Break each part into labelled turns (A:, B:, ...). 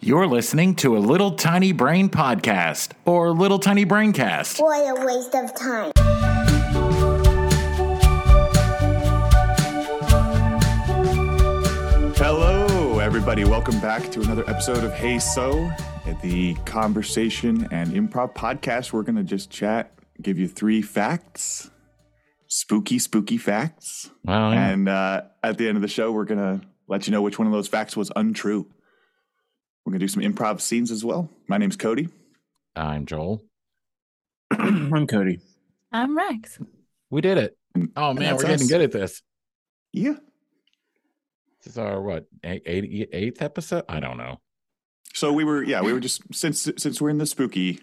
A: You're listening to a Little Tiny Brain podcast or Little Tiny Braincast.
B: What a waste of time.
C: Hello, everybody. Welcome back to another episode of Hey So, the conversation and improv podcast. We're going to just chat, give you three facts, spooky, spooky facts.
A: Well, yeah.
C: And uh, at the end of the show, we're going to let you know which one of those facts was untrue. We're going to do some improv scenes as well. My name's Cody.
A: I'm Joel.
D: I'm Cody.
E: I'm Rex.
A: We did it. Oh man,
C: that's
A: we're getting
C: us.
A: good at this.
C: Yeah.
A: This is our what eight, eight, eighth episode? I don't know.
C: So we were, yeah, we were just, since since we're in the spooky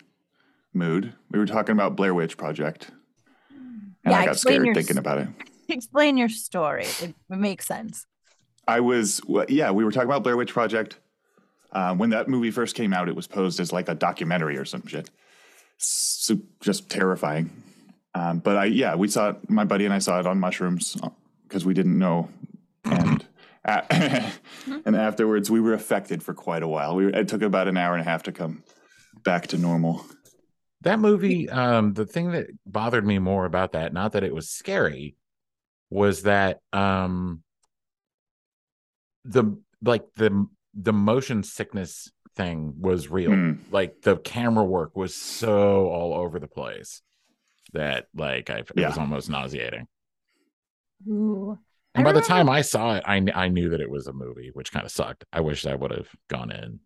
C: mood, we were talking about Blair Witch Project. And
E: Yeah,
C: I got
E: explain
C: scared
E: your-
C: thinking about it.
E: Explain your story. It, it makes sense.
C: I was, well, yeah, we were talking about Blair Witch Project. Um, when that movie first came out, it was posed as like a documentary or some shit. So, just terrifying. Um, but I, yeah, we saw it, my buddy and I saw it on mushrooms because we didn't know. And, a- and afterwards, we were affected for quite a while. We were, it took about an hour and a half to come back to normal.
A: That movie, um, the thing that bothered me more about that, not that it was scary, was that um the like the the motion sickness thing was real.
C: Mm.
A: Like the camera work was so all over the place that like I it
C: Yeah.
A: was almost nauseating.
E: Ooh. I
A: And by the
E: remember-
A: time I saw it, I kn- I knew that it was a movie, which kind of sucked. I wish I would have gone in,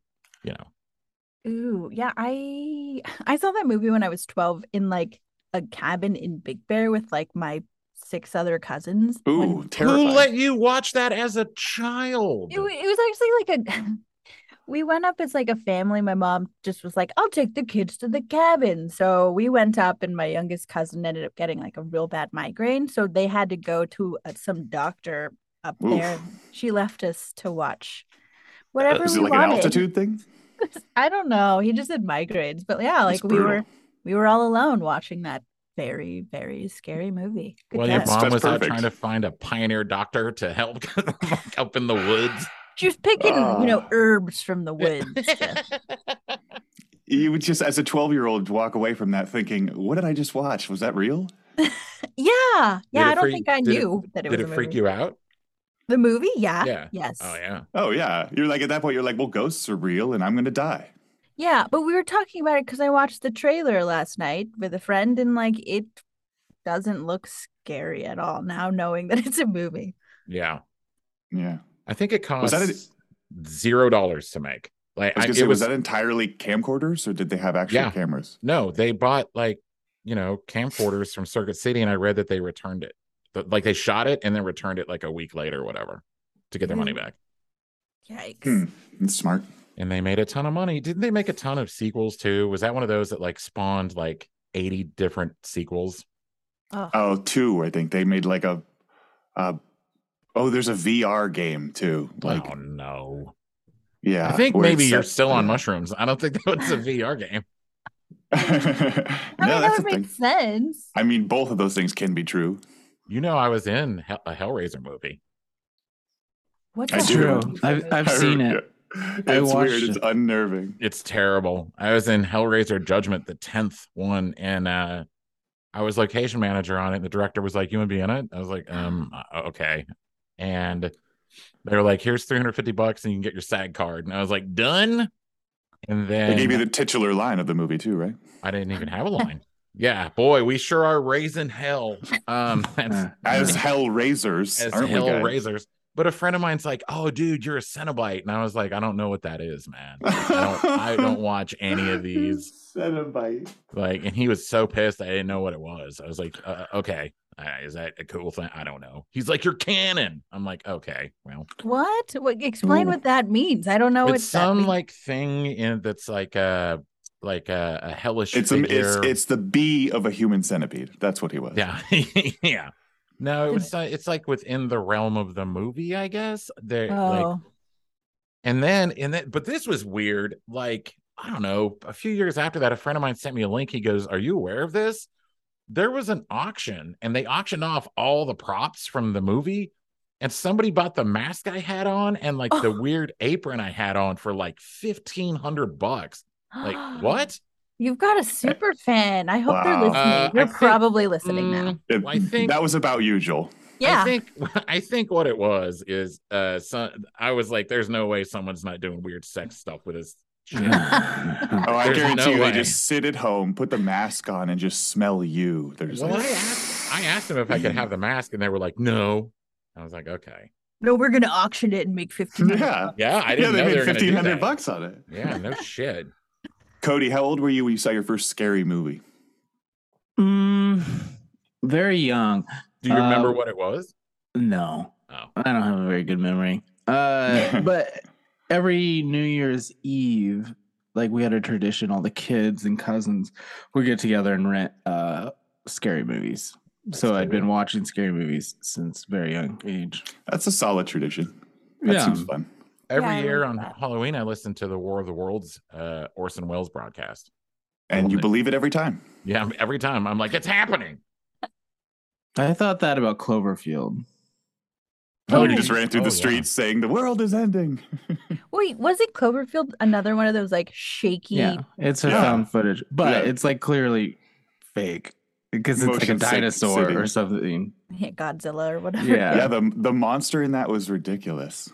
A: you know.
E: Ooh, yeah. I I saw that movie when I was 12 in like a cabin in Big Bear with like my six other cousins.
C: Ooh,
E: when-
C: terrifying.
A: Who let you watch that as a child?
E: It, wa- it was actually like a we went up as like a family. My mom just was like, I'll take the kids to the cabin. So we went up and my youngest cousin ended up getting like a real bad migraine. So they had to go to uh, some doctor up
C: Oof.
E: there. She left us to watch
C: Uh,
E: whatever
C: Is it
E: we
C: like
E: wanted.
C: an altitude thing?
E: I don't know. He just had migraines, but yeah,
C: That's
E: like we were
C: brutal.
E: we were all alone watching that very very scary movie. Good
A: Well, your
E: guess.
C: That's-
A: mom
C: that's
A: was out
C: perfect.
A: trying to find a pioneer doctor to help like, up in the woods.
E: She was picking you know
C: Ah.
E: herbs from the woods. to-
C: You would just, as a 12 year old, walk away from that thinking, what did I just watch? Was that real?
E: yeah, yeah.
A: it
E: I don't
A: freak-
E: think I
A: did it-
E: knew that it
A: Did
E: was
A: it
E: a
A: freak
E: movie.
A: you out?
E: The movie, yeah,
A: Yeah.
E: yes,
A: Oh yeah.
C: Oh yeah, you're like at that point you're like, well, ghosts are real, and I'm gonna die.
E: yeah. But we were talking about it because I watched the trailer last night with a friend, and like it doesn't look scary at all now, knowing that it's a movie.
A: Yeah.
C: Yeah,
A: I think it cost
C: Was that
A: zero dollars to make. Like
C: I was
A: I-
C: gonna
A: it
C: say, was,
A: was
C: that entirely camcorders, or did they have actual
A: Yeah.
C: cameras?
A: no, they bought like, you know, camcorders from Circuit City and I read that they returned it. Th- Like they shot it and then returned it like a week later or whatever to get their money
C: Mm-hmm.
E: Mm.
A: back.
E: Yikes!
C: Hmm. That's smart.
A: and they made a ton of money. Didn't they make a ton of sequels too? Was that one of those that like spawned like 80 different sequels?
E: Oh,
C: Oh, two, I think they made like a, uh, oh, there's a VR game too. Like,
A: oh no.
C: yeah,
A: I think
C: where
A: maybe
C: it's
A: you're
C: set-
A: still on mushrooms. I don't think that was a VR game.
C: no,
E: I mean that
C: that's the
E: would
C: thing.
E: make sense.
C: I mean, both of those things can be true.
A: You know, I was in Hel- a Hellraiser movie.
E: What's
C: I
E: that
D: That's
C: do.
D: true.
E: movie?
D: I've, I've seen it.
C: It's
D: I watched
C: weird. It's
D: it.
C: unnerving.
A: It's terrible. I was in Hellraiser Judgment, the 10th one, and uh I was location manager on it. The director was like, "You want to be in it?" I was like, "Um, uh, okay." And they were like, "Here's 350 bucks, and you can get your SAG card." And I was like, "Done." And then
C: They gave you the titular line of the movie too, right?
A: I didn't even have a line. yeah, boy, we sure are raising hell. Um, that's
D: Uh,
C: As
D: uh,
C: hell raisers,
A: as
C: aren't we,
A: hell
C: guys?
A: raisers. But a friend of mine's like, "Oh, dude, you're a Cenobite," and I was like, "I don't know what that is, man. Like, I don't, I don't watch any of these."
C: Cenobite.
A: Like, and he was so pissed. I didn't know what it was. I was like, uh, "Okay, uh, is that a cool thing? I don't know." He's like, "You're canon." I'm like, "Okay, well,
E: What? What? Explain
C: Ooh.
E: what that means. I don't know. what
A: Oh, it's
E: that
A: some
E: means.
A: like thing in that's like a like uh, a, a hellish
C: It's, a,
A: figure.
C: it's it's the bee of a human centipede. That's what he was.
A: Yeah, yeah. No, it was. uh, It's like within the realm of the movie, I guess. There, like,
E: Oh,
A: and then, and then, but this was weird. Like, I don't know. A few years after that, a friend of mine sent me a link. He goes, "Are you aware of this?" There was an auction, and they auctioned off all the props from the movie, and somebody bought the mask I had on and like the weird apron I had on for like fifteen hundred bucks. Like what?
E: You've got a super fan. I hope they're
C: Wow.
E: listening.
A: Uh,
E: They're
A: I think-
E: probably listening
A: Mm,
E: now.
C: It-
A: Well, I think-
C: that was about usual.
E: Yeah.
A: I think I think what it was is uh so, I was like, there's no way someone's not doing weird sex stuff with his shit.
C: Oh, I
A: There's
C: guarantee
A: no
C: you,
A: way.
C: they just sit at home, put the mask on, and just smell you. They're just
A: Well,
C: like,
A: I asked I asked them if I could have the mask and they were like, no. I was like, okay.
E: no, we're gonna auction it and make fifteen.
C: yeah,
A: Yeah, I
C: yeah,
A: didn't
C: they
A: know they
C: made
A: were gonna
C: fifteen
A: do
C: hundred
A: that.
C: bucks on it.
A: Yeah, no shit.
C: Cody, how old were you when you saw your first scary movie?
D: Mm, very young.
A: Do you remember
D: Um,
A: what it was?
D: No,
A: Oh.
D: I don't have a very good memory. Uh, but every New Year's Eve, like we had a tradition, all the kids and cousins would get together and rent uh, scary movies. so I'd been watching scary movies since very young age.
C: That's a solid tradition. That
D: Yeah.
C: seems fun.
A: Every
E: I
A: year
E: like
A: on
E: that.
A: Halloween, I listen to the War of the Worlds uh, Orson Welles broadcast.
C: And you
A: Lovely.
C: believe it every time.
A: Yeah, I'm- every time I'm like, it's happening.
D: I thought that about Cloverfield.
C: Oh,
E: Oh,
C: you just ran through
A: oh,
C: the
A: yeah.
C: streets saying the world is ending.
E: Wait, wasn't Cloverfield another one of those like shaky?
D: Yeah, it's a
C: Yeah.
D: found footage, but
C: Yeah.
D: it's like clearly fake because it's
C: Motion
D: like
C: sick
D: a dinosaur
C: city.
D: or something.
E: Yeah, Godzilla or whatever.
D: Yeah.
C: yeah, the the monster in that was ridiculous.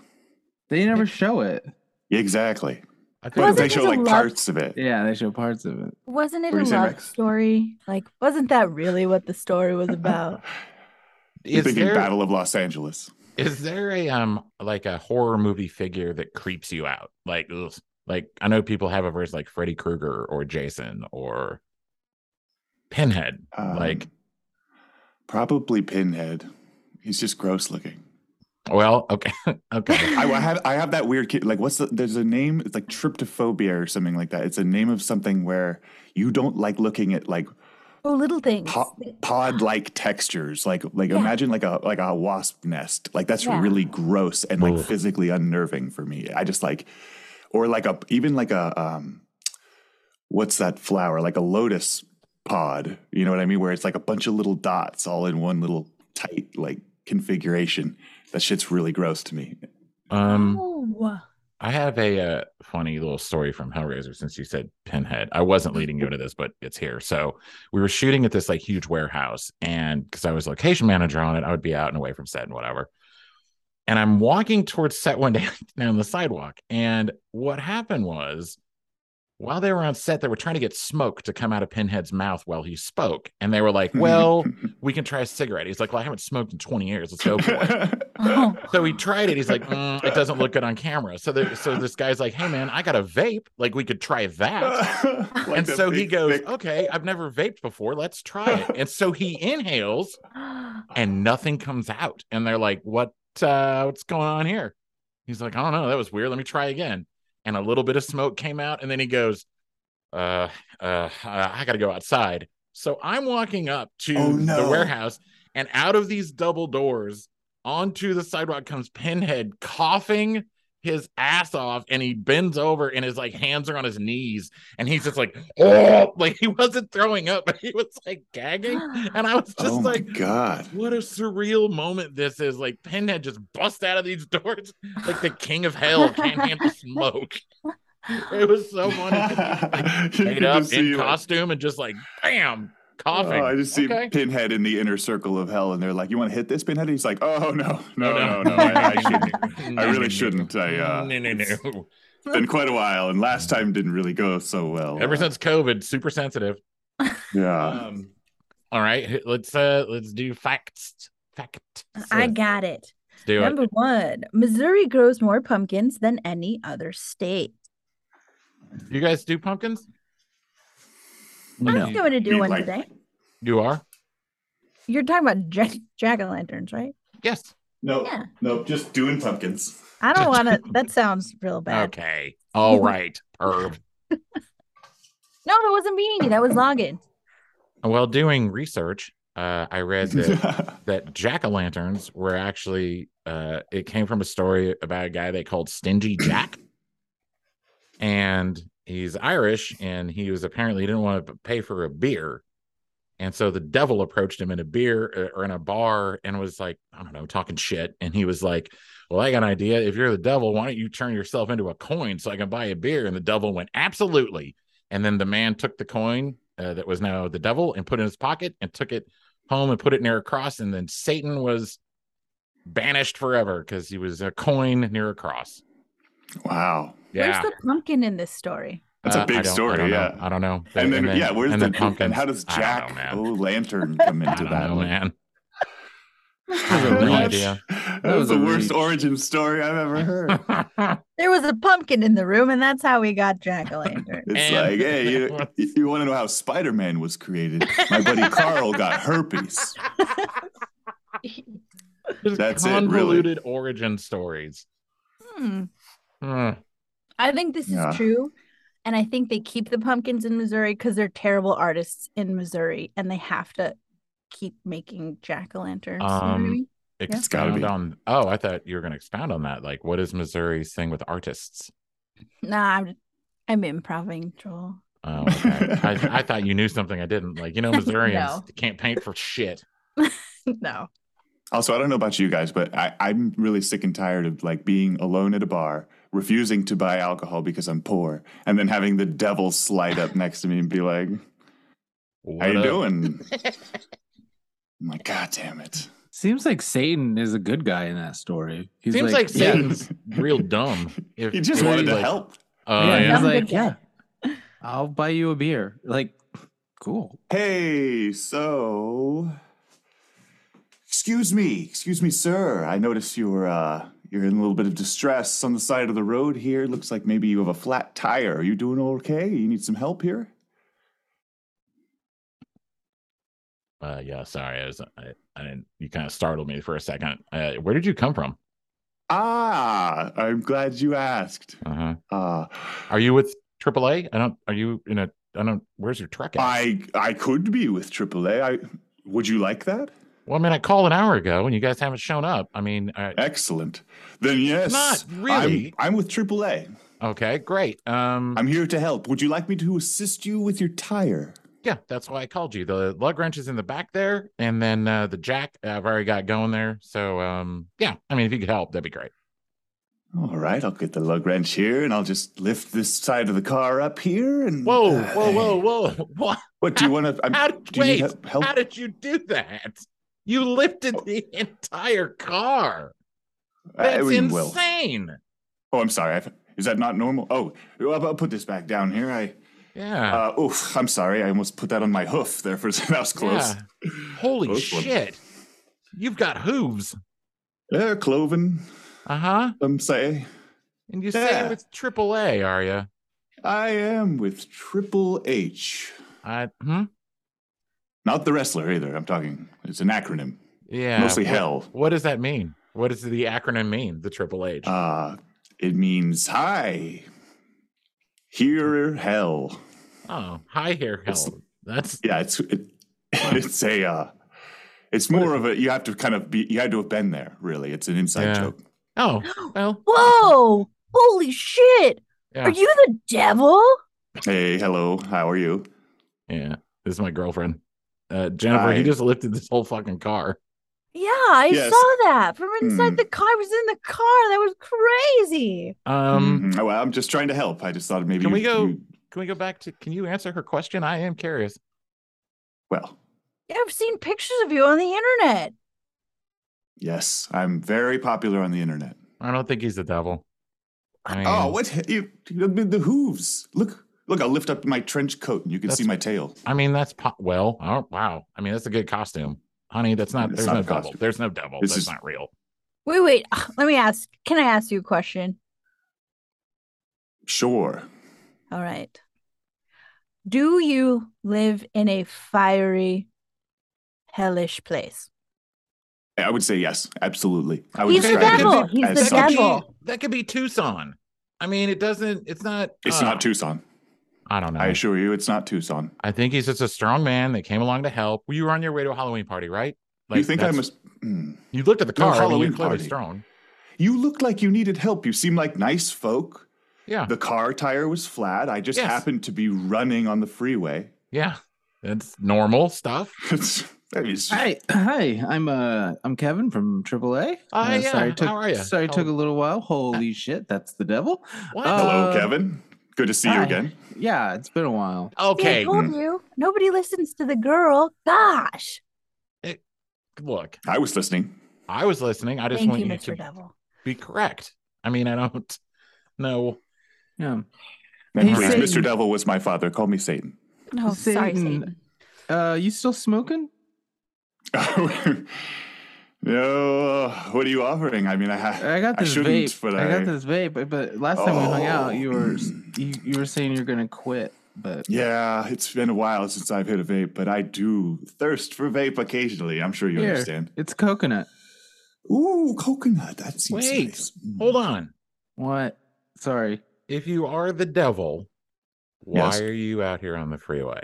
D: They never show it.
C: Exactly.
A: I think
C: But
E: Wasn't
C: they
E: it
C: show
E: just a
C: like
E: love-
C: parts of it.
D: Yeah, they show parts of it.
E: Wasn't
C: What
E: it
C: do
E: a
C: you say,
E: love
C: Max?
E: story? Like, wasn't that really what the story was about?
C: You're
A: is
C: thinking
A: there,
C: Battle of Los Angeles.
A: is there a um like a horror movie figure that creeps you out? Like ugh. like I know people have a verse like Freddy Krueger or Jason or Pinhead.
C: Um,
A: like
C: probably Pinhead. He's just gross looking.
A: well, okay, okay.
C: I, I have I have that weird kid. Like, what's the? There's a name. It's like tryptophobia or something like that. It's a name of something where you don't like looking at like
E: oh, little things.
C: po- pod like textures. Like like
E: Yeah.
C: imagine like a like a wasp nest. Like that's
E: Yeah.
C: really gross and like
A: Oof.
C: physically unnerving for me. I just like or like a even like a um what's that flower? Like a lotus pod. You know what I mean? Where it's like a bunch of little dots all in one little tight like configuration. That shit's really gross to me.
A: Um
E: oh,
A: I have a uh, funny little story from Hellraiser since you said Pinhead. I wasn't leading you into this, but it's here. So we were shooting at this like huge warehouse, and because I was location manager on it, I would be out and away from set and whatever. And I'm walking towards set one day down the sidewalk, and what happened was, while they were on set, they were trying to get smoke to come out of Pinhead's mouth while he spoke, and they were like, "Well, we can try a cigarette." He's like, "Well, I haven't smoked in 20 years. Let's go for it."
E: oh,
A: So he tried it. He's like, "Mm, it doesn't look good on camera. So there, so this guy's like, hey man, I got a vape. Like we could try that.
C: Like
A: and
C: that
A: so he
C: big,
A: goes,
C: thick-
A: okay, I've never vaped before. Let's try it. And so he inhales, and nothing comes out. And they're like, what? Uh, what's going on here? He's like, I don't know. That was weird. Let me try again. And a little bit of smoke came out. And then he goes, uh, uh, uh, I got to go outside. So I'm walking up to
C: Oh,
A: the
C: no.
A: warehouse, and out of these double doors onto the sidewalk comes Pinhead coughing his ass off and he bends over and his like hands are on his knees and he's just like oh like he wasn't throwing up but he was like gagging and I was just
C: oh
A: like
C: my god.
A: what a surreal moment this is. Like Pinhead just busts out of these doors like the king of hell can't handle smoke. It was so funny. 'cause he
C: You
A: Made
C: can
A: up
C: just see,
A: in
C: like,
A: costume and just like bam coughing.
C: Oh, I just see
A: Okay.
C: Pinhead in the inner circle of hell, and they're like, "You want to hit this Pinhead?" He's like, "Oh no, no, no, no, I, I shouldn't. I really shouldn't. I, uh,
A: no, no, no.
C: Been quite a while, and last time didn't really go so well.
A: Ever since COVID, super sensitive.
C: yeah,
A: Um, all right, let's uh let's do facts. Fact.
E: I got it.
A: Let's do it.
E: Number one, Missouri grows more pumpkins than any other state.
A: You guys do pumpkins?
E: I
D: No.
E: was going to do
C: Mean
E: one
C: like-
E: today.
A: You are?
E: You're talking about jack jack o' lanterns, right?
A: Yes.
C: no,
E: Yeah.
C: no, just doing pumpkins.
E: I don't want to. That sounds real bad.
A: Okay. All right. Herb.
E: No, that wasn't me. That was Login.
A: While doing research, uh, I read that,
C: yeah,
A: that jack o' lanterns were actually, uh, it came from a story about a guy they called Stingy Jack. and he's Irish and he was apparently he didn't want to pay for a beer. And so the devil approached him in a beer uh, or in a bar and was like, I don't know, talking shit. And he was like, Well, I got an idea. If you're the devil, why don't you turn yourself into a coin so I can buy a beer? And the devil went, Absolutely. And then the man took the coin uh, that was now the devil and put it in his pocket and took it home and put it near a cross. And then Satan was banished forever because he was a coin near a cross.
C: Wow.
A: Yeah. uh,
E: Where's the pumpkin in this story?
C: That's a
A: I
C: big
A: don't- I
C: story,
A: don't know.
C: yeah.
A: I don't know.
C: And then, yeah, where's
A: and
C: the
A: then pumpkins?
C: And how does
A: I don't
C: Jack
A: know, man.
C: O Lantern come
A: I
C: into
A: don't
C: that?
A: know,
C: Like,
A: man.
D: I have
A: no
D: reach.
A: idea.
C: That,
D: That
C: was,
D: was
C: the
D: a
C: worst
D: reach.
C: origin story I've ever heard.
E: There was a pumpkin in the room, and that's how we got Jack o' lantern.
C: It's
A: And-
C: like, hey, you, you want to know how Spider Man was created? My buddy Carl got herpes.
A: Just
C: That's it, really.
A: convoluted origin stories.
E: hmm.
A: Hmm.
E: I think this
C: Yeah.
E: is true. And I think they keep the pumpkins in Missouri because they're terrible artists in Missouri and they have to keep making jack o' lanterns.
A: Um, It's
C: gotta be.
A: on. Oh, I thought you were going to expound on that. Like, what is Missouri's thing with artists?
E: Nah, I'm, I'm improving, Joel.
A: Oh, okay. I, I thought you knew something I didn't. Like, you know, Missourians
E: No.
A: can't paint for shit.
E: no.
C: Also, I don't know about you guys, but I, I'm really sick and tired of like being alone at a bar, refusing to buy alcohol because I'm poor, and then having the devil slide up next to me and be like,
A: What
C: "How you
A: up?
C: doing?" I'm like, "God damn it!"
D: Seems like Satan is a good guy in that story. He's
A: Seems like,
D: yeah.
A: Satan's real dumb. If
C: He just
A: if
C: wanted to
A: like,
C: help.
A: Oh,
D: yeah,
A: yeah.
D: he's
E: I'm
D: like,
E: good
D: yeah,
E: guy.
D: I'll buy you a beer. Like, cool.
C: Hey, so excuse me, excuse me, sir. I notice you're uh you're in a little bit of distress on the side of the road here. Looks like maybe you have a flat tire. Are you doing okay? You need some help here?
A: Uh, yeah, sorry. I was, I, I didn't, you kind of startled me for a second. Uh, where did you come from?
C: Ah, I'm glad you asked.
A: Uh-huh.
C: Uh
A: Are you with AAA? I don't, are you in a, I don't, where's your truck at?
C: I I could be with AAA. I would you like that?
A: well, I mean, I called an hour ago and you guys haven't shown up. I mean, uh,
C: Excellent. Then yes.
A: Not really.
C: I'm, I'm with AAA.
A: okay, great. Um,
C: I'm here to help. Would you like me to assist you with your tire?
A: Yeah, that's why I called you. The lug wrench is in the back there, and then uh, the jack I've already got going there. So um, yeah, I mean, if you could help, that'd be great.
C: All right, I'll get the lug wrench here and I'll just lift this side of the car up here and
A: Whoa, whoa, whoa, whoa! What?
C: What do you want to
A: How did,
C: uh, do you need
A: wait,
C: he- help?
A: how did you do that? You lifted the entire car.
C: Oh. I
A: That's
C: mean, well,
A: insane.
C: Oh, I'm sorry. I've, is that not normal? Oh, I'll, I'll put this back down here. I
A: Yeah.
C: uh oof, I'm sorry. I almost put that on my hoof there for that was close.
A: yeah. Holy
C: Close one.
A: shit! You've got hooves.
C: Yeah, Eh, cloven,
A: Uh huh.
C: some say.
A: And you say
C: Yeah.
A: you're with AAA, are you?
C: I am with Triple H.
A: I hmm.
C: Not the wrestler either. I'm talking. It's an acronym.
A: Yeah.
C: Mostly
A: What-
C: hell.
A: What does that mean? What does the acronym mean? The Triple H.
C: Uh it means hi. Here hell.
A: oh, hi here,
C: it's-
A: hell. That's
C: yeah it's it, it's a uh it's more of a you have to kind of be you had to have been there really it's an inside
A: Yeah.
C: joke
A: oh well.
E: Whoa! Holy shit!
A: Yeah.
E: Are you the devil?
C: hey hello how are you
A: yeah. This is my girlfriend, uh, Jennifer.
C: Hi.
A: He just lifted this whole fucking car.
E: Yeah, I
C: Yes.
E: saw that from inside
C: Hmm.
E: the car. I was in the car. That was crazy.
A: Um,
C: Mhm. oh, well, i'm just trying to help i just thought maybe
A: Can
C: you-
A: we go-
C: you-
A: can we go back to? Can you answer her question? I am curious.
C: well
E: Yeah, I've seen pictures of you on the internet.
C: yes i'm very popular on the internet
A: I don't think he's the devil. I mean,
C: oh what you, you look at the hooves look look i'll lift up my trench coat and you can see
A: That's-
C: my tail
A: I mean that's po- well. Oh, wow. I mean that's a good costume, honey. That's not.
C: It's
A: there's
C: not
A: no
C: a
A: devil.
C: costume.
A: There's no devil.
C: This
A: that's
C: is-
A: not real.
E: Wait, wait. Ah, Let me ask. Can I ask you a question?
C: sure
E: All right. Do you live in a fiery, hellish place?
C: i would say yes absolutely i would
E: He's the
C: describe
E: devil.
C: it
E: He's
A: That could
C: as
E: the
C: such.
A: be-
E: devil.
A: That could be Tucson. I mean, it doesn't. It's not.
C: it's
A: uh,
C: not tucson
A: I don't know.
C: i assure you it's not tucson
A: I think he's just a strong man that came along to help. You were on your way to a Halloween party, right?
C: you think i
A: that's-
C: must hmm.
A: You looked at the
C: No,
A: car. Halloween
C: Halloween
A: you're clearly
C: party.
A: strong.
C: You looked like you needed help. You seemed like nice folk.
A: Yeah.
C: The car tire was flat. I just
A: Yes.
C: happened to be running on the freeway.
A: Yeah, It's normal stuff.
C: It's, that is
D: Hi, hi. I'm uh, I'm Kevin from AAA.
A: Hi,
D: uh,
A: yeah,
D: Sorry, took,
A: how are ya?
D: Sorry, took a little while. Holy shit, that's the devil.
A: What?
D: Uh,
C: Hello, Kevin. Good to see you
D: hi.
C: again.
D: Yeah, it's been a while.
E: See, I
A: okay,
E: told you nobody listens to the girl. Gosh.
A: look,
C: I was listening.
A: I was listening. I just
E: Thank
A: want
E: you,
A: you,
E: Mr.
A: to
E: Devil.
A: be correct. I mean, I don't know.
D: Yeah.
C: And
D: Hey,
C: please,
D: Satan.
C: Mr. Devil was my father. Call me Satan.
E: No, sorry,
D: Satan.
E: Satan.
D: Uh, you still smoking?
C: no, what are you offering? I mean, I, ha-
D: I got
C: I
D: this
C: shouldn't,
D: vape.
C: but
D: I
C: I-
D: got this vape. but- But last time we hung out, you were
C: Oh.
D: you, you were saying you're gonna quit. But
C: yeah, it's been a while since I've hit a vape, but I do thirst for vape occasionally. I'm sure you
D: Here.
C: understand.
D: it's coconut.
C: Ooh, coconut. That seems
A: Wait,
C: nice. Mm.
A: Hold on.
D: What? Sorry.
A: If you are the devil, why
C: Yes.
A: are you out here on the freeway?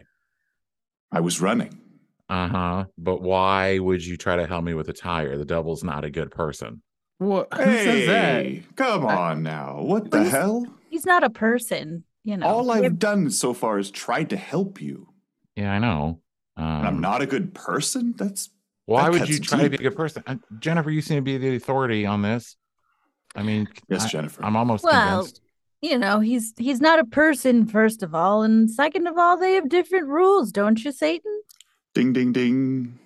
C: I was running.
A: Uh huh. But why would you try to help me with a tire? The devil's not a good person.
D: What? Who says that?
C: Hey, come
D: I-
C: on now. What the
E: Please,
C: hell?
E: He's not a person, you know.
C: All
E: Yeah,
C: I've done so far is tried to help you.
A: Yeah, I know. Um,
C: And I'm not a good person? That's
A: Why
C: That
A: would
C: cuts
A: you try to be
C: deep.
A: a good person? Uh, Jennifer, you seem to be the authority on this. I mean,
C: yes,
A: I,
C: Jennifer.
A: I'm almost
E: Well,
A: convinced.
E: you know, he's he's not a person, first of all, and second of all, they have different rules, don't you, Satan?
C: ding ding ding.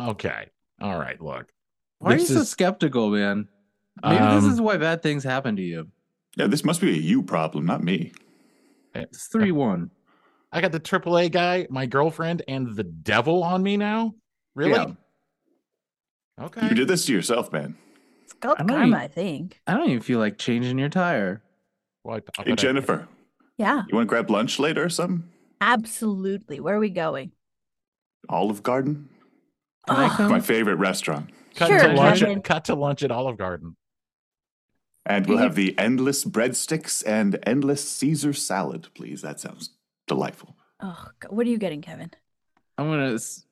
A: Okay. All right. Look,
D: Why are you
A: This
D: so
A: is-
D: skeptical, man? Maybe this
A: Um,
D: is why bad things happen to you.
C: Yeah, this must be a you problem, not me.
D: It's three
A: uh,
D: one.
A: I got the AAA guy, my girlfriend, and the devil on me now. Really?
D: Yeah.
A: Okay.
C: You did this to yourself, man.
E: It's called
D: I know
E: karma,
D: you-
E: I think.
D: I don't even feel like changing your tire.
A: Well, I thought
C: Hey,
A: I-
C: Jennifer,
E: Yeah,
C: you want to grab lunch later or something?
E: absolutely. Where are we going?
C: Olive Garden?
D: Can I
A: Ah,
E: Oh,
D: come?
C: My favorite restaurant.
A: Cut
E: Sure,
A: to lunch.
E: Kevin.
A: At, cut to lunch at Olive Garden.
C: And we'll have the endless breadsticks and endless Caesar salad, please. That sounds delightful.
E: oh, God, what are you getting, Kevin?
D: I'm gonna. s-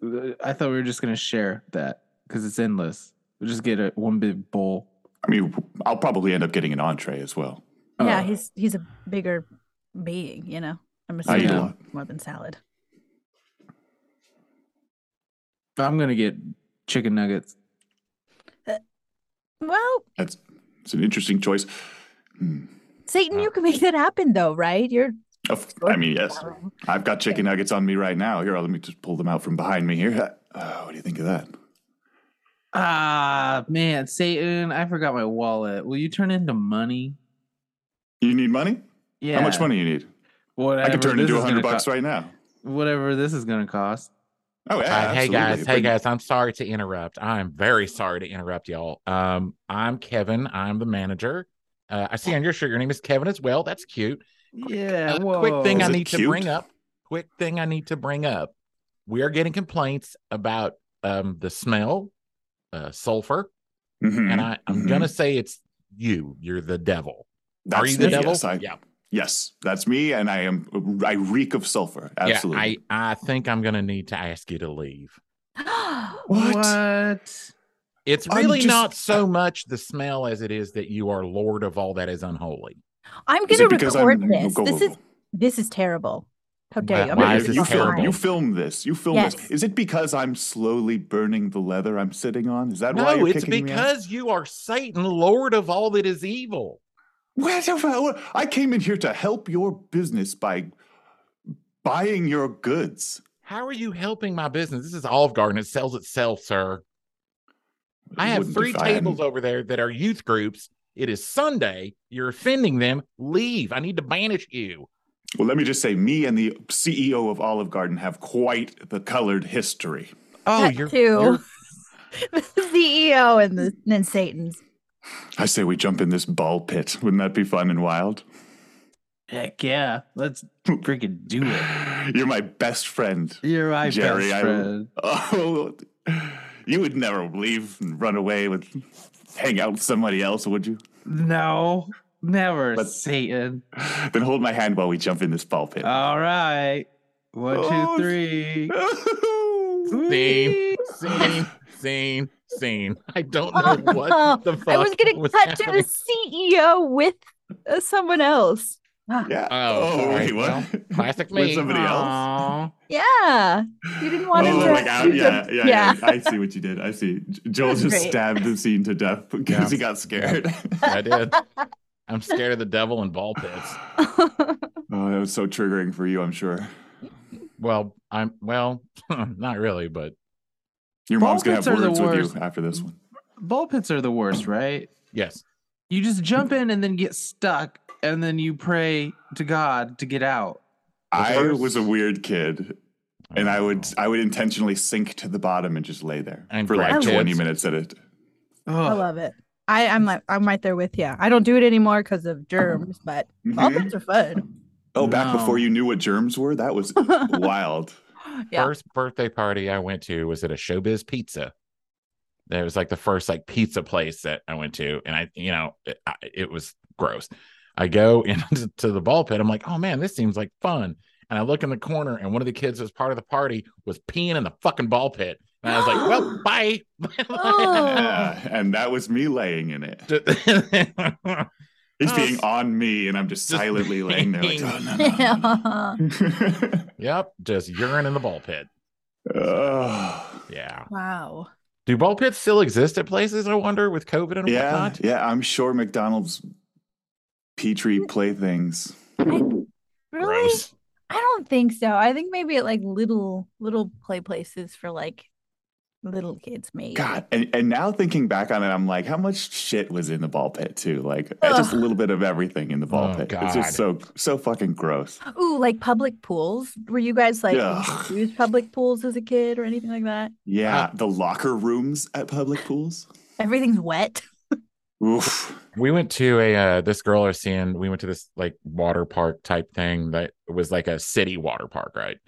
D: I thought we were just gonna share that because it's endless. We just get a one big bowl.
C: I mean, I'll probably end up getting an entree as well.
E: yeah,
D: Uh,
E: he's he's a bigger being, you know. I'm
C: I eat
E: assuming
C: a
D: Yeah.
C: lot.
E: more than salad.
D: I'm gonna get chicken nuggets.
E: Well,
C: That's it's an interesting choice. Hmm.
E: Satan,
A: Uh,
E: you can make that happen though, right? You're
C: Of- I mean, yes, I've got chicken nuggets on me right now. Here, let me just pull them out from behind me here. Uh, what do you think of that?
D: Ah, man, Satan! I forgot my wallet. Will you turn into money?
C: You need money?
D: Yeah.
C: How much money you need?
D: Whatever.
C: I could turn
D: this
C: into
D: is
C: a
D: gonna
C: hundred bucks
D: co-
C: right now.
D: Whatever this is gonna cost.
C: Oh yeah,
A: Uh, hey guys,
C: absolutely.
A: hey
C: Bring-
A: guys, I'm sorry to interrupt. I'm very sorry to interrupt y'all. Um, I'm Kevin. I'm the manager. Uh, I see on your shirt your name is Kevin as well. That's cute.
D: Yeah.
A: Uh, quick thing
C: Is
A: I
C: it
A: need to
C: cute?
A: bring up. Quick thing I need to bring up. We are getting complaints about um the smell, uh, sulfur,
C: Mhm.
A: and I I'm
C: Mhm.
A: gonna say it's you. You're the devil.
C: That's
A: are you the
C: me,
A: devil?
C: Yes, I-
A: yeah.
C: yes, that's me, and I am. I reek of sulfur. Absolutely.
A: Yeah, I I think I'm gonna need to ask you to leave.
C: What?
D: What?
A: It's
C: I'm
A: really
C: just-
A: not so much the smell as it is that you are lord of all that is unholy.
E: I'm
C: Is
E: gonna
C: it because
E: record
C: I'm-
E: this.
C: go, go,
E: This
C: go.
E: is this is terrible. How dare
A: Why-
E: you? I'm
A: why
E: gonna
A: is
E: put
A: this
C: you
E: on
A: terrible?
E: mine.
C: film, you film this. You film
E: Yes.
C: this. Is it because I'm slowly burning the leather I'm sitting on? Is that why
A: No,
C: you're
A: it's
C: kicking me out?
A: because you are Satan, lord of all that is evil.
C: What if I, I came in here to help your business by buying your goods.
A: How are you helping my business? This is Olive Garden. It sells itself, sir. I have
C: Wouldn't
A: three
C: if hadn't-
A: tables over there that are youth groups. It is Sunday. You're offending them. Leave. I need to banish you.
C: Well, let me just say, me and the CEO of Olive Garden have quite the colored history.
A: Oh,
E: That
A: you're,
E: too.
A: you're
E: the CEO and the and Satan's.
C: I say we jump in this ball pit. Wouldn't that be fun and wild?
D: Heck yeah! Let's freaking do it.
C: You're my best friend.
D: You're my
C: Jerry,
D: best
C: I-
D: friend.
C: Oh, you would never leave and run away with hang out with somebody else, would you?
D: No, never,
C: But-
D: Satan.
C: Then hold my hand while we jump in this ball pit.
D: All right, one,
C: Oh,
D: two, three.
A: Same.
D: Whee!
A: scene, scene, scene. I don't know what the fuck.
E: I was gonna
A: was
E: cut to E
A: happening.
E: the CEO with uh, someone else.
C: Yeah.
A: Oh, sorry.
C: wait, what?
A: Well, Classic me.
C: With somebody else?
D: Aw.
E: Yeah. You didn't want
C: oh,
E: him to.
C: my God.
E: shoot
C: Yeah,
E: the-
C: yeah, yeah. I see what you did. I see. J- Joel
E: That's
C: just
E: great.
C: stabbed the scene to death because
A: Yeah.
C: he got scared.
A: I did. I'm scared of the devil and ball pits.
C: Oh, that was so triggering for you, I'm sure.
A: Well, I'm well, not really, but
C: Your
D: Ball
C: mom's going
D: pits
C: to
D: are
C: have
D: the
C: words with
D: worst.
C: you after this one.
D: Ball pits are the worst, right?
A: yes,
D: You just jump in and then get stuck, and then you pray to God to get out.
C: I
A: first-
C: was a weird kid, and I would I would intentionally sink to the bottom and just lay there
A: And
C: for like
E: grab kids.
C: 20 minutes at it.
E: I
D: Ugh.
E: love it. I, I'm like I'm right there with you. I don't do it anymore because of germs, but all
C: Mhm.
E: bits are fun.
C: Oh, back
D: No.
C: before you knew what germs were, that was wild.
E: Yeah.
A: first birthday party I went to was at a Showbiz Pizza. That was like the first like pizza place that I went to, and I, you know, it, I, it was gross. I go into to the ball pit. I'm like, oh man, this seems like fun. And I look in the corner, and one of the kids that was part of the party was peeing in the fucking ball pit. And I was like, well, bye.
E: Oh.
C: Yeah, and that was me laying in it. It's
A: Oh.
C: being on me, and I'm just,
A: Just
C: silently laying there, like,
A: being-
C: oh, no, no, no, no."
A: yep, just urine in the ball pit. Yeah.
E: wow.
A: Do ball pits still exist at places? I wonder with COVID and
C: yeah,
A: whatnot.
C: yeah. I'm sure McDonald's petri playthings.
E: Really?
A: Gross.
E: I don't think so. I think maybe at like little little play places for like little kids maybe.
C: God, and, and now thinking back on it, I'm like, how much shit was in the ball pit too? Like uh, just a
E: Ugh.
C: little bit of everything in the ball
A: Oh,
C: pit. It's just so so fucking gross.
E: Ooh, like public pools. Were you guys like
C: Ugh.
E: use public pools as a kid or anything like that?
C: Yeah, the locker rooms at public pools.
E: Everything's wet.
C: Oof.
A: We went to a uh, this girl I was seeing. We went to this like water park type thing that was like a city water park, right?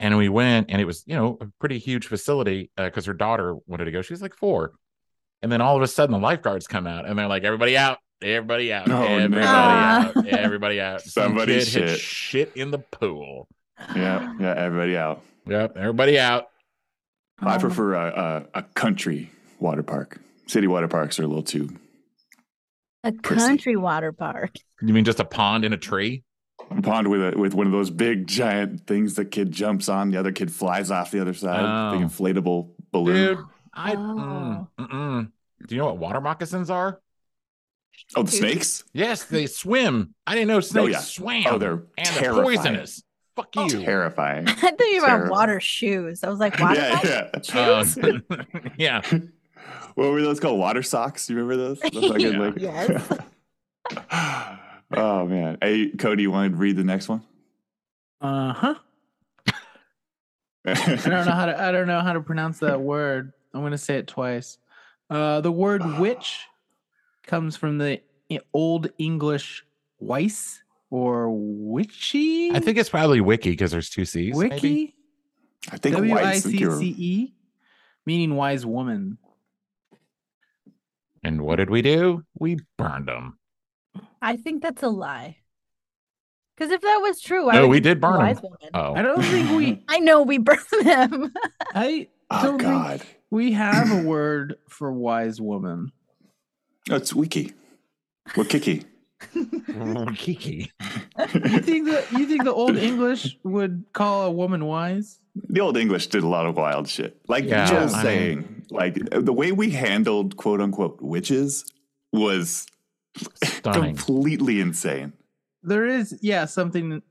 A: And we went, and it was you know a pretty huge facility because her daughter wanted to go. She was like four, and then all of a sudden the lifeguards come out and they're like, "Everybody out! Everybody out!
C: Oh, no.
A: everybody
E: Ah.
A: out! Everybody out! Some
C: Somebody
A: kid had
C: shit.
A: shit in the pool.
C: Yeah, yeah. Everybody out.
A: Yep, everybody out.
C: I
E: Um,
C: prefer a, a a country water park. City water parks are a little too.
E: a
C: pussy.
E: country water park.
A: You mean just a pond in a tree?
C: pond with a, with one of those big giant things the kid jumps on, the other kid flies off the other side,
A: Oh.
C: the inflatable balloon.
A: Dude, I mm, mm-mm. do you know what water moccasins are?
C: oh, the
E: Dude.
C: snakes!
A: Yes, they swim. I didn't know snakes
C: yeah.
A: swam.
C: Oh, they're
A: and
C: terrifying. Oh,
A: they're poisonous. Fuck you.
C: Terrifying.
E: I thought you were on
C: Terrible.
E: water shoes. I was like, water
C: yeah,
E: park?
A: Uh,
C: yeah.
D: Um,
A: yeah.
C: What were those called? Water socks? You remember those? The fucking,
A: Yeah.
C: Yes. oh man. Hey, Cody, you want to read the next one?
D: Uh huh.
C: I
D: I don't know how to. I don't know how to pronounce that word. I'm gonna say it twice. Uh, the word witch comes from the I- Old English "weiss" or witchy.
A: I think it's probably wiki because there's two C's. maybe.
D: wiki.
C: I think
D: W i
C: whites think
D: c
C: you're-
D: c e, meaning wise woman.
A: And what did we do? We burned them.
E: I think that's a lie. Because if that was true, I
A: No,
E: would
A: we
E: be
A: did burn
E: a
A: 'em.
E: wise woman.
A: Oh,
D: I don't think we.
E: I know we burned them.
D: I
C: Oh
D: don't
C: God.
D: think we have a word for wise woman.
C: Oh, it's wiki. Wikiki.
E: Hmm.
A: Kiki.
D: You think that you think the Old English would call a woman wise?
C: the old English did a lot of wild shit. Like
A: Yeah,
C: Joel's
A: I mean-
C: saying, like the way we handled quote unquote witches was
A: Stunning.
C: completely insane.
D: There is, yeah, something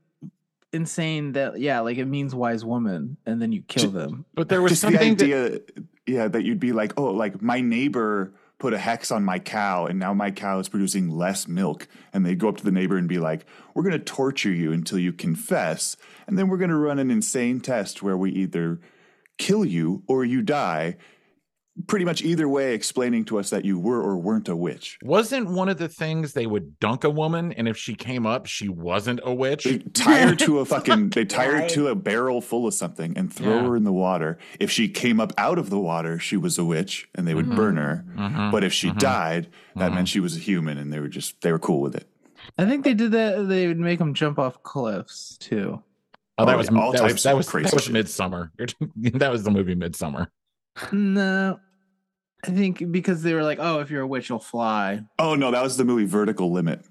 D: insane that, yeah, like it means wise woman, and then you kill
C: Ju-
D: them.
A: But there was
C: Just the
A: something that,
C: idea, yeah, that you'd be like, oh, like my neighbor put a hex on my cow, and now my cow is producing less milk. And they'd go up to the neighbor and be like, we're going to torture you until you confess, and then we're going to run an insane test where we either kill you or you die. Pretty much either way, explaining to us that you were or weren't a witch.
A: wasn't one of the things they would dunk a woman, and if she came up, she wasn't a witch.
C: They tie her to a fucking they tie her
E: Right.
C: to a barrel full of something and throw
A: Yeah.
C: her in the water. If she came up out of the water, she was a witch and they would
E: Mhm.
C: burn her.
A: Mhm.
C: But if she
A: Mhm.
C: died, that
A: Mhm.
C: meant she was a human and they were just they were cool with it.
D: I think they did that. They would make them jump off cliffs too.
A: Oh, that
C: Oh,
A: was
C: yeah, all
A: that was
C: types
A: that
C: of
A: was,
C: crazy
A: that was
C: shit.
A: Midsummer. that was the movie Midsummer.
D: No, I think because they were like, oh, if you're a witch, you'll fly.
C: Oh no, that was the movie Vertical Limit.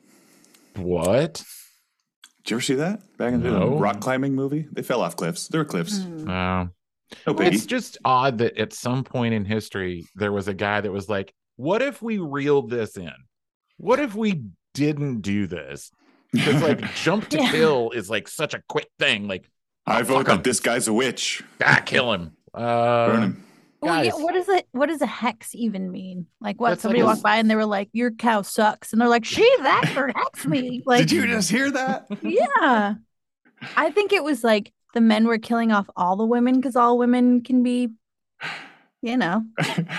A: What?
C: Did you ever see that back in the day? The
A: No.
C: rock climbing movie? They fell off cliffs. There were cliffs.
E: Mm.
A: No.
C: No
A: Well,
C: pity.
A: it's just odd that at some point in history there was a guy that was like, "What if we reeled this in? What if we didn't do this?" Because like jump to
E: Yeah.
A: kill is like such a quick thing. Like,
C: I
A: oh,
C: vote
A: fuck
C: that
A: him.
C: this guy's a witch.
A: ah, kill him. Uh,
C: Burn him.
E: Well, yeah,
A: Guys.
E: what is it? What does a hex even mean? Like, what?
A: That's
E: Somebody
A: like a-
E: walked by and they were like, "Your cow sucks," and they're like, "She that bird hexed me." Like,
C: Did you just hear that?
E: yeah. I think it was like the men were killing off all the women because all women can be, you know,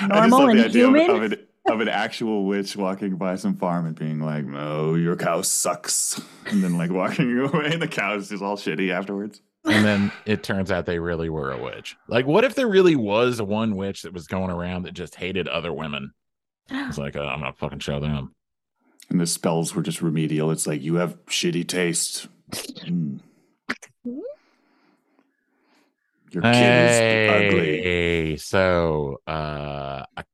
E: Normal and
C: of-
E: human?
C: Of, an, of an actual witch walking by some farm and being like, "No, your cow sucks," and then like walking away, and the cow's just all shitty afterwards.
A: and then it turns out they really were a witch. Like, what if there really was one witch that was going around that just hated other women? It's like, uh, I'm gonna fucking show them.
C: And the spells were just remedial. It's like you have shitty taste. Mm. Your kid is ugly.
A: Hey, So uh, I,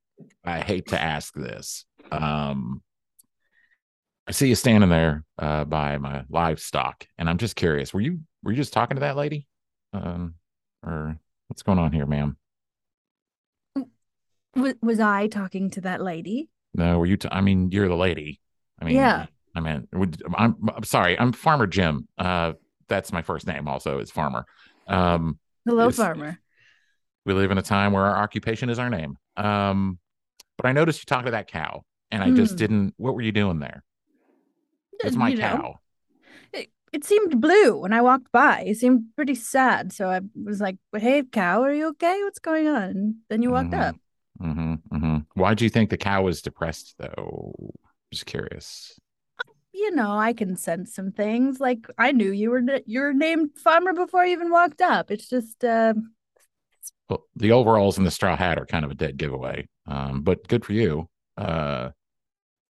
A: I hate to ask this. Um, I see you standing there uh, by my livestock, and I'm just curious. Were you were you just talking to that lady, um, or what's going on here, ma'am?
E: was, was I talking to that lady?
A: No, were you? T- I mean, you're the lady. I mean,
E: Yeah.
A: I mean, would, I'm, I'm sorry. I'm Farmer Jim. Uh, that's my first name. Also, is Farmer. Um,
E: Hello,
A: Yes.
E: farmer.
A: we live in a time where our occupation is our name. Um, but I noticed you talked to that cow, and I just
E: Hmm.
A: didn't. What were you doing there? It's my
E: You know,
A: cow.
E: It seemed blue when I walked by. It seemed pretty sad. So I was like, "Hey, cow, are you okay? What's going on?" And then you walked
A: Mhm.
E: up.
A: hmm hmm Why do you think the cow was depressed, though? Just curious.
E: you know, I can sense some things. Like I knew you were na- you were named farmer before you even walked up. It's just uh,
A: Well, the overalls and the straw hat are kind of a dead giveaway. Um, but good for you. Uh,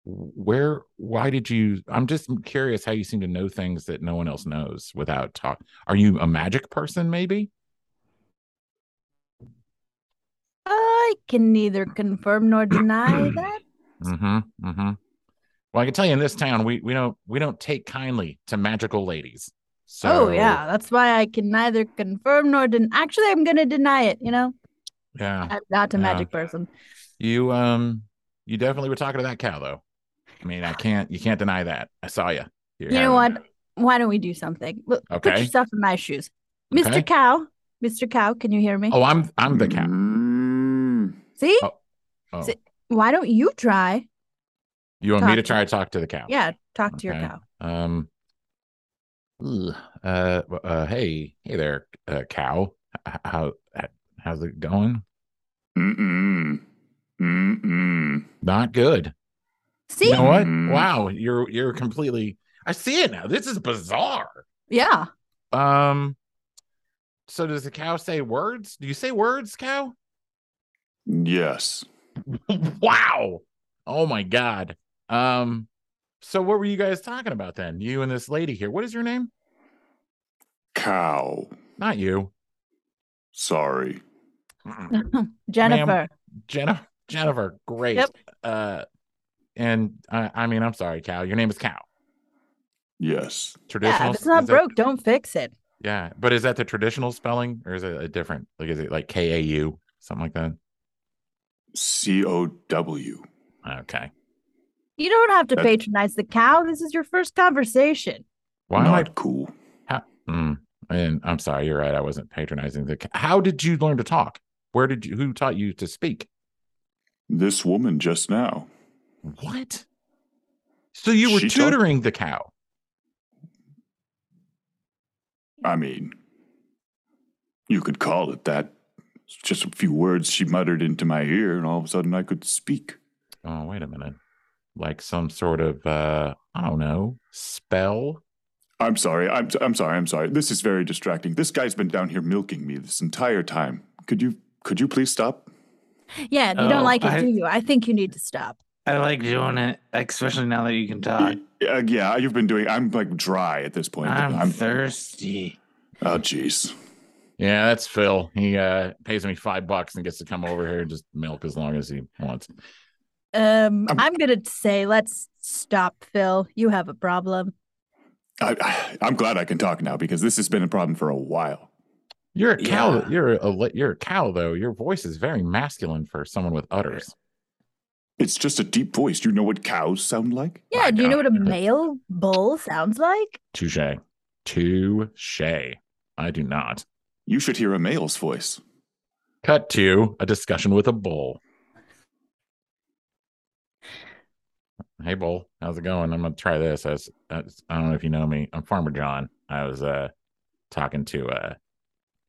A: where? Why did you? I'm just curious how you seem to know things that no one else knows without talk. Are you a magic person? Maybe.
E: I can neither confirm nor deny that.
A: Mm-hmm. Mm-hmm. Well, I can tell you in this town, we we don't we don't take kindly to magical ladies. So
E: oh yeah, that's why I can neither confirm nor deny. Actually, I'm gonna deny it. You know,
A: Yeah.
E: I'm not a
A: Oh, Yeah.
E: magic person.
A: You um you definitely were talking to that cow though. I mean, I can't you can't deny that. I saw you.
E: You know what? Why don't we do something? Look, Put
A: Okay.
E: yourself in my shoes, Mr.
A: Okay.
E: Cow. Mr. Cow, can you hear me?
A: Oh, I'm I'm the
E: Mm-hmm.
A: cow.
C: Mm.
E: See?
A: oh, oh.
E: See- Why don't you try?
A: You want me to
E: Talk to-
A: try to talk to the cow?
E: Yeah, talk to your
A: Okay.
E: cow.
A: Um. ugh, Uh, w- uh. Hey. Hey there, uh, cow. H- How how's it going?
C: Mm-mm. Mm-mm.
A: Not good.
E: See? Mm-hmm.
A: You know what?
C: Mhm.
A: Wow, you're you're completely. I see it now. This is bizarre.
E: Yeah.
A: Um. So does the cow say words? Do you say words, cow?
C: Yes.
A: wow. Oh my god. Um. So what were you guys talking about then? You and this lady here. What is your name?
C: Cow.
A: Not you,
C: Sorry.
E: Jennifer.
A: Jenna. Jennifer. Great.
E: Yep.
A: Uh. And I, I mean, I'm sorry, cow. Your name is cow.
C: Yes.
A: Traditional.
E: Yeah, if it's not
A: is that-
E: broke, don't fix it.
A: yeah, but is that the traditional spelling or is it a different? Like, is it like K A U something like that?
C: C O W.
A: Okay.
E: You don't have to
C: That-
E: patronize the cow. This is your first conversation.
A: Why am I?
C: Not cool.
A: Mm, and I'm sorry, you're right. I wasn't patronizing the. How did you learn to talk? Where did you? Who taught you to speak?
C: This woman just now.
A: What? So you were
C: She taught-
A: tutoring the cow.
C: I mean, you could call it that. It's just a few words she muttered into my ear, and all of a sudden I could speak.
A: Oh, wait a minute. Like some sort of uh, I don't know spell.
C: I'm sorry. I'm, I'm sorry. I'm sorry. This is very distracting. This guy's been down here milking me this entire time. Could you could you please stop?
E: Yeah, you
D: Oh,
E: don't like it,
D: I-
E: do you? I think you need to stop.
D: I like doing it, like, especially now that you can talk.
C: Uh, yeah, you've been doing. I'm like dry at this point.
D: I'm, thirsty.
C: oh, jeez.
A: Yeah, that's Phil. He uh, pays me five bucks and gets to come over here and just milk as long as he wants.
E: Um,
C: I'm-
E: I'm gonna say let's stop, Phil. You have a problem.
C: I, I'm glad I can talk now because this has been a problem for a while.
A: You're a cow.
D: Yeah.
A: You're a li- you're a cow though. Your voice is very masculine for someone with udders.
C: It's just a deep voice. Do you know what cows sound like?
E: Yeah,
A: I
E: do you know what a
A: don't.
E: male bull sounds like?
A: Touche. Touche. I do not.
C: You should hear a male's voice.
A: Cut to a discussion with a bull. Hey, bull, how's it going? I'm gonna try this. I, was, I was- I don't know if you know me. I'm Farmer John. I was uh talking to uh,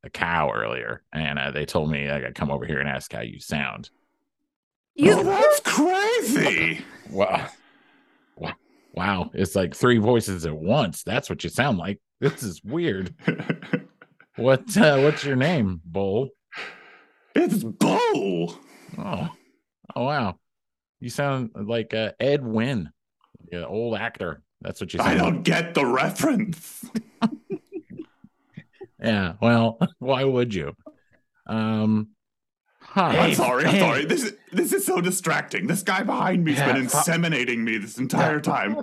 A: a cow earlier, and uh, they told me I got to come over here and ask how you sound.
C: Oh,
E: You
C: that's crazy.
A: Wow. Wow. Wow. It's like three voices at once. That's what you sound like. This is weird. What uh, what's your name, Bull?
C: it's Bo.
A: Oh. Oh wow. You sound like uh, Ed Wynn, the old actor. That's what you
C: I
A: sound like.
C: don't get the reference.
A: Yeah. Well, why would you? Um huh.
C: I'm sorry. I'm sorry. This is, this is so distracting. This guy behind me's
A: Yeah,
C: been
A: fuck.
C: inseminating me this entire time.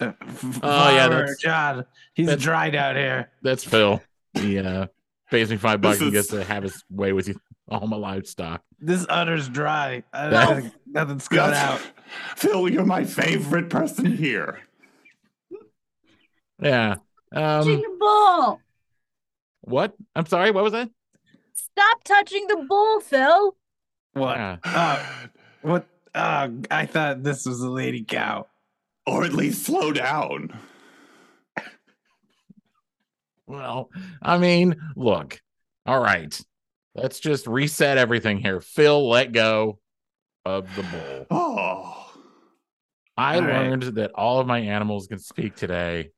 D: Oh
A: yeah, that's-
D: John. He's
A: that's-
D: dried out here.
A: That's Phil. He uh pays me five bucks
C: This
A: and
C: is-
A: gets to have his way with you all my livestock.
D: This udder's dry. I,
A: That-
D: I, nothing's coming out.
C: Phil, you're my favorite person here.
A: Yeah. Um
E: touching the bull.
A: what? I'm sorry, what was that?
E: Stop touching the bull, Phil.
D: What?
A: Yeah.
D: Uh, what? Uh, I thought this was a lady cow.
C: Or at least slow down.
A: Well, I mean, look. All right. Let's just reset everything here. Phil let go of the bull.
C: Oh.
A: I
D: All right.
A: learned that all of my animals can speak today.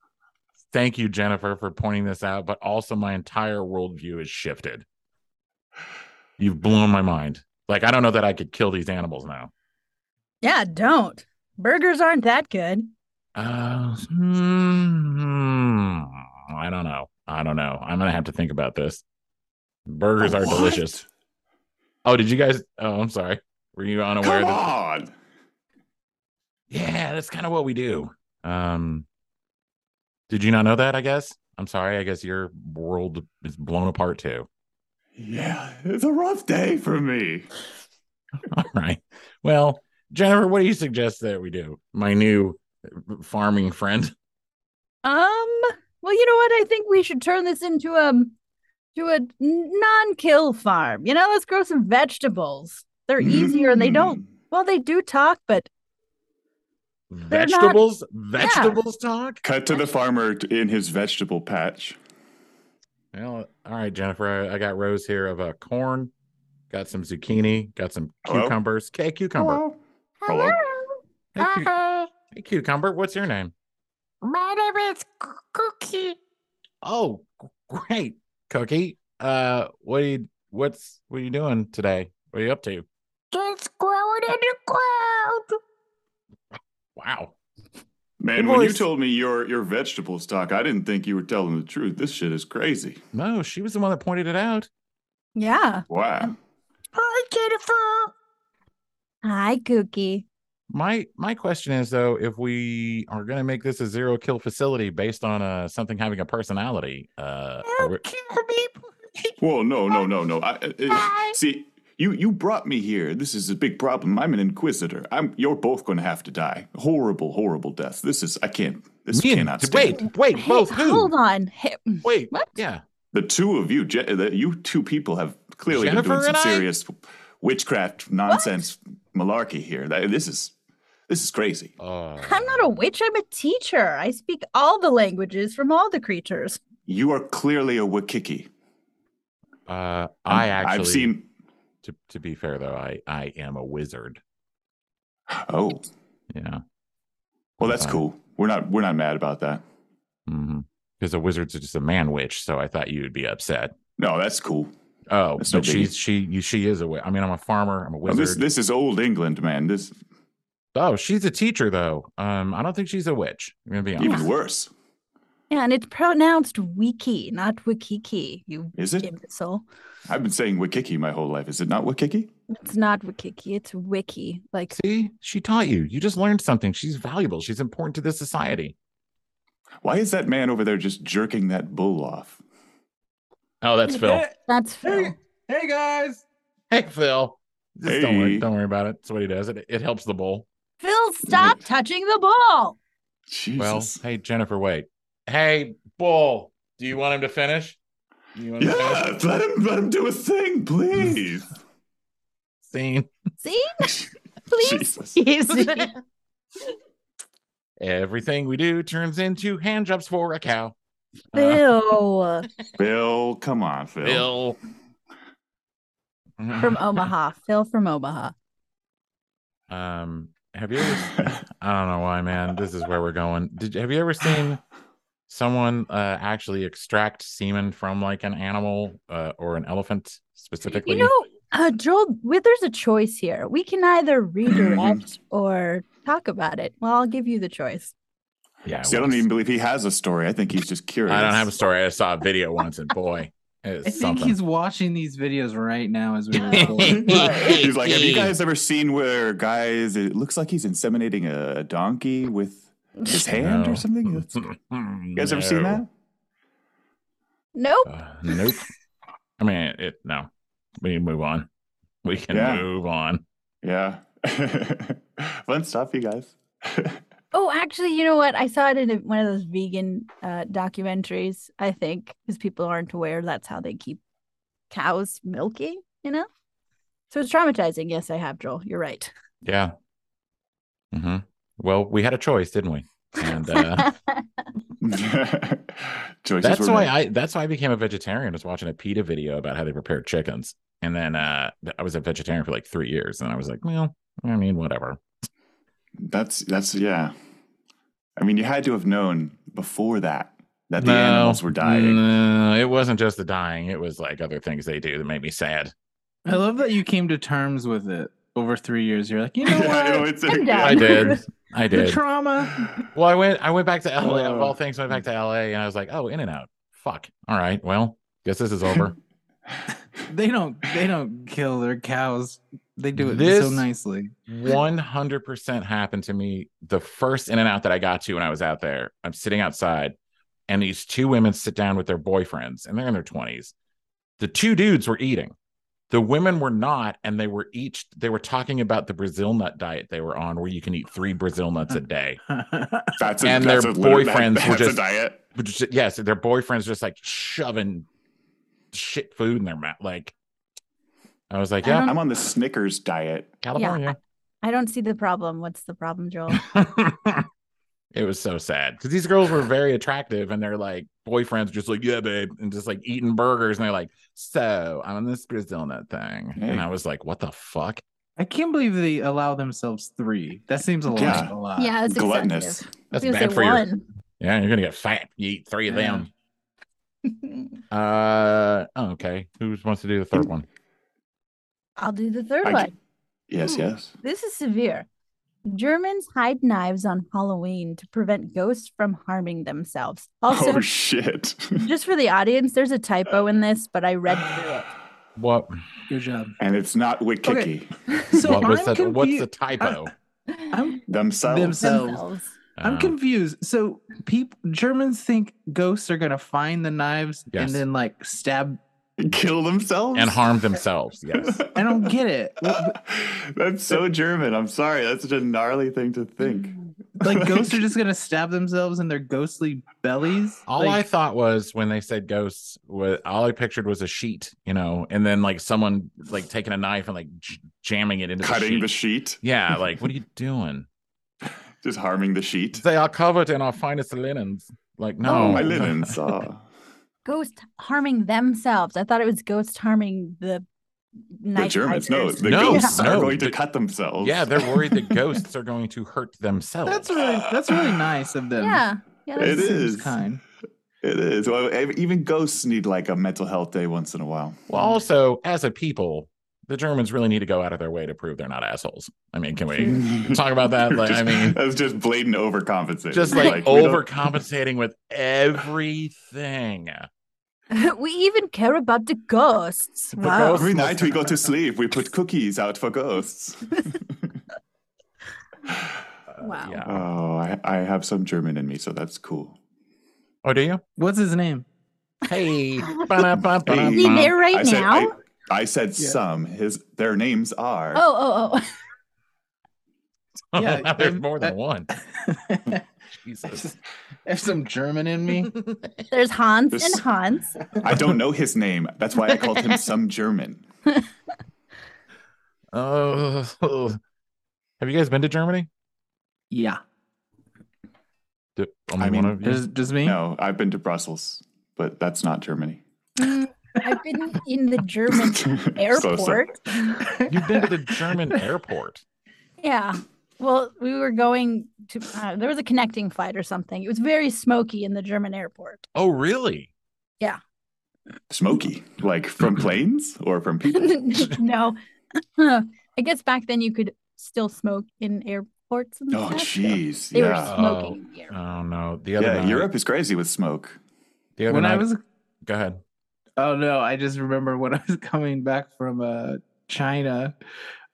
A: Thank you, Jennifer, for pointing this out, but also my entire worldview is shifted. You've blown my mind. Like, I don't know that I could kill these animals now.
E: Yeah, don't. Burgers aren't that good.
A: Uh, hmm, I don't know. I don't know. I'm gonna have to think about this. Burgers are
C: What?
A: delicious. Oh, did you guys? Oh, I'm sorry. Were you unaware? That,
C: Come on.
A: yeah, that's kind of what we do. Um, did you not know that? I guess. I'm sorry. I guess your world is blown apart too.
C: Yeah, it's a rough day for me.
A: All right. Well, Jennifer, what do you suggest that we do? My new farming friend.
E: Um, well, you know what? I think we should turn this into a to a non-kill farm. You know, let's grow some vegetables. They're easier and they don't
C: Mm.
E: well, they do talk, but not-
A: Vegetables. Vegetables talk.
C: Cut to the farmer t- in his vegetable patch.
A: Well, all right, Jennifer. I, I got rows here of uh, corn, got some zucchini, got some
C: Hello?
A: cucumbers. Hey, cucumber.
C: Hello. Hello?
A: Hey, cu- hey, cucumber. What's your name?
B: My name is C- Cookie.
A: Oh, great, Cookie. Uh, what are you? What's what are you doing today? What are you up to?
B: Just growing in the ground.
A: Wow.
C: Man,
A: Good
C: when you
A: voice.
C: told me your your vegetables talk, I didn't think you were telling the truth. This shit is crazy.
A: No, she was the one that pointed it out.
E: yeah.
C: Wow.
B: Hi, Jennifer.
E: Hi, Cookie.
A: My my question is though, if we are going to make this a zero kill facility based on uh something having a personality, uh, are we-
B: Don't kill me.
C: Whoa, no, no, no, no. I, uh,
B: Hi.
C: see, you you brought me here. This is a big problem. I'm an inquisitor. I'm. You're both going to have to die. Horrible, horrible death. This is. I can't. This
A: Me and-
C: cannot stand.
A: wait, wait,
E: Hey,
A: both who?
E: hold on. Hey,
A: Wait,
E: What?
A: Yeah,
C: The two of you, Je- the, you two people, have clearly been
A: Jennifer
C: doing
A: and I?
C: some serious witchcraft nonsense malarkey here. That- This is this is crazy.
A: uh,
E: I'm not a witch, I'm a teacher. I speak all the languages from all the creatures.
C: You are clearly a Wakiki.
A: Uh, I actually,
C: I've seen.
A: To, to be fair though, I I am a wizard.
C: Oh,
A: Yeah,
C: well, that's
A: Uh,
C: cool. We're not we're not mad about that.
A: because a wizard's just a man witch. So I thought you would be upset.
C: No, that's cool.
A: Oh,
C: That's no
A: but she's
C: biggie.
A: she you- she is a witch. I mean, I'm a farmer. I'm a
C: Now,
A: wizard.
C: this this is old England, man. This
A: Oh, she's a teacher though. Um, I don't think she's a witch. I'm gonna be honest.
C: even worse.
E: Yeah, and it's pronounced wiki, not wikiki, you
C: Is it?
E: imbecile.
C: I've been saying Wakiki my whole life. Is it not Wakiki?
E: It's not wikiki, it's wiki. Like
A: See, she taught you. You just learned something. She's valuable. She's important to this society.
C: Why is that man over there just jerking that bull off?
A: Oh, that's Phil.
E: That's Phil.
D: Hey, hey guys.
A: Hey, Phil. Just don't worry.
C: Hey.
A: Don't worry about it. That's what he does. It, it helps the bull.
E: Phil, stop touching the ball.
A: Well,
C: Jesus.
A: hey, Jennifer, wait. Hey, bull. Do you want him to finish? Do you want him to finish?
C: yeah, let him let him do his thing, please.
A: Scene.
E: See? Please.
C: Jesus.
E: Easy.
A: Everything we do turns into hand jobs for a cow. Uh,
E: Phil
C: Bill, come on, Phil.
A: Phil.
E: from Omaha. Phil from Omaha.
A: Um, have you ever? I don't know why, man. This is where we're going. Did have you ever seen someone uh, actually extract semen from like an animal uh, or an elephant specifically?
E: You know, uh, Joel, we, there's a choice here. We can either redirect or talk about it. Well, I'll give you the choice.
A: yeah.
C: See, I
A: well,
C: don't even believe he has a story. I think he's just curious.
A: I don't have a story. I saw a video once, and boy, it's
D: I think
A: something.
D: he's watching these videos right now as we record.
C: He's
A: he's
C: like, have you guys ever seen where guys? It looks like he's inseminating a donkey with his hand or something. That's- you
A: you
C: guys ever seen that?
E: Nope.
A: Uh, nope. I mean, it. No, we can move on. We can
C: Yeah.
A: move on.
C: Yeah. Fun stuff, you guys.
E: Oh, actually, you know what? I saw it in a, one of those vegan uh, documentaries, I think, because people aren't aware that's how they keep cows milky, you know? So it's traumatizing. Yes, I have, Joel. You're right.
A: Yeah. hmm Well, we had a choice, didn't we? And uh,
C: Choices
A: That's
C: were
A: why
C: made.
A: I that's why I became a vegetarian was watching a PETA video about how they prepare chickens. And then uh I was a vegetarian for like three years. And I was like, well, I mean, whatever.
C: That's that's yeah. I mean, you had to have known before that that the
A: No,
C: animals were dying.
A: mm. No, it wasn't just the dying, it was like other things they do that made me sad.
D: I love that you came to terms with it over three years. You're like, you know
C: Yeah, I know,
D: what?
C: it's-
E: I'm
C: yeah.
A: I did. I
D: The
A: did.
D: trauma.
A: well, I went I went back to LA of
D: Oh.
A: all things, went back to LA and I was like, oh, in and out. Fuck. All right. Well, guess this is over.
D: They don't. They don't kill their cows. They do it
A: This-
D: so nicely.
A: 100% happened to me the first in and out that I got to when I was out there. I'm sitting outside, and these two women sit down with their boyfriends, and they're in their 20s. The two dudes were eating, the women were not, and they were each, they were talking about the Brazil nut diet they were on, where you can eat three Brazil nuts a day.
C: That's a,
A: And
C: that's
A: their
C: a literal- that-
A: boyfriends were
C: that's a
A: just-
C: diet.
A: But just, yes, their boyfriends just like shoving shit food in their mouth. Like, I was like,
E: I
A: yeah,
E: don't-
C: I'm on the Snickers diet.
A: California.
E: I don't see the problem. What's the problem, Joel?
A: it was so sad because these girls were very attractive and their like boyfriends just like yeah babe and just like eating burgers and they're like so i'm on this brazil nut thing
C: Hey.
A: and i was like what the fuck
D: I can't believe they allow themselves three. That seems a lot.
C: Yeah.
D: A lot.
E: yeah, it's
C: Gluttonous.
E: excessive. I was
A: that's
E: gonna
A: bad
E: say
A: for you
E: one.
A: yeah you're gonna get fat you eat three of
D: Yeah.
A: them uh oh, okay who wants to do the third one
E: I'll do the third
C: I
E: one.
C: can- Yes,
E: Hmm.
C: yes.
E: This is severe. Germans hide knives on Halloween to prevent ghosts from harming themselves. Also,
C: oh shit.
E: just for the audience, there's a typo in this, but I read through it.
A: what
D: Good job.
C: and it's not Witkiki.
D: So
A: what was
D: I'm
A: that what's the
D: confu-
A: typo
D: I'm
C: Themselves.
D: Themselves.
E: Themselves.
A: Uh,
D: I'm confused. So people Germans think ghosts are gonna find the knives
A: Yes.
D: and then like stab.
C: Kill themselves?
A: and harm themselves yes
D: I don't get it. What-
C: that's so German. I'm sorry. That's such a gnarly thing to think.
A: Mm.
D: Like ghosts are just gonna stab themselves in their ghostly bellies.
A: All I
D: like,
A: thought was when they said ghosts, wa- all I pictured was a sheet, you know, and then like someone like taking a knife and like j- jamming it into
C: cutting
A: the
C: the
A: sheet.
C: sheet,
A: yeah, like what are you doing?
C: just harming the sheet.
A: They are covered in our finest linens. Like no,
E: Oh,
C: My linens. Oh.
E: Ghost harming themselves. I thought it was ghost harming the
C: The
E: knife
C: Germans, no,
E: fighters.
C: the
A: No,
C: ghosts are
A: no,
C: going to
A: the-
C: cut themselves.
A: yeah, they're worried that ghosts are going to hurt themselves.
D: that's really that's really nice of them.
E: Yeah. Yeah.
D: That
C: It
E: that's-
D: seems
C: is.
D: kind.
C: it is. Well, ev- even ghosts need like a mental health day once in a while.
A: well, also as a people, the Germans really need to go out of their way to prove they're not assholes. I mean, can we talk about that? Like, I
C: Just-
A: mean,
C: that's just blatant overcompensation.
A: just like,
C: we don't-
A: overcompensating with everything.
E: we even care about the ghosts.
A: The
E: wow.
A: ghosts-
C: Every night we go to sleep, we put cookies out for ghosts.
A: Uh,
E: Wow.
A: yeah.
C: oh, I, I have some German in me, so that's cool.
A: Oh, do you?
D: What's his name?
A: Hey.
C: Hey,
E: Be there right
C: I said,
E: now.
C: I, I said
D: Yeah.
C: some. His their names are.
E: oh, oh, oh.
D: Yeah,
A: There's
D: um,
A: more than
D: uh,
A: one. Jesus.
D: There's some German in me.
E: There's Hans
C: There's-
E: and Hans.
C: I don't know his name. That's why I called him some German.
A: Oh, have you guys been to Germany?
D: Yeah.
A: Do, only
C: I mean,
A: one of you?
D: Just, just me?
C: No, I've been to Brussels, but that's not Germany.
E: Mm, I've been in the German
C: So sorry.
E: airport.
A: You've been to the German airport.
E: Yeah. Well, we were going to, uh, there was a connecting flight or something. It was very smoky in the German airport.
A: Oh, really?
C: Smoky, like from planes or from people. Oh,
E: no. I guess back then you could still smoke in airports and
C: Oh,
E: stuff. so
C: jeez.
E: They
C: Yeah.
E: were smoking in the airport.
A: Oh no. The other
C: yeah,
A: night,
C: Europe is crazy with smoke.
A: The other
D: When I
A: night-
D: was
A: go ahead.
D: Oh no, I just remember when I was coming back from uh China.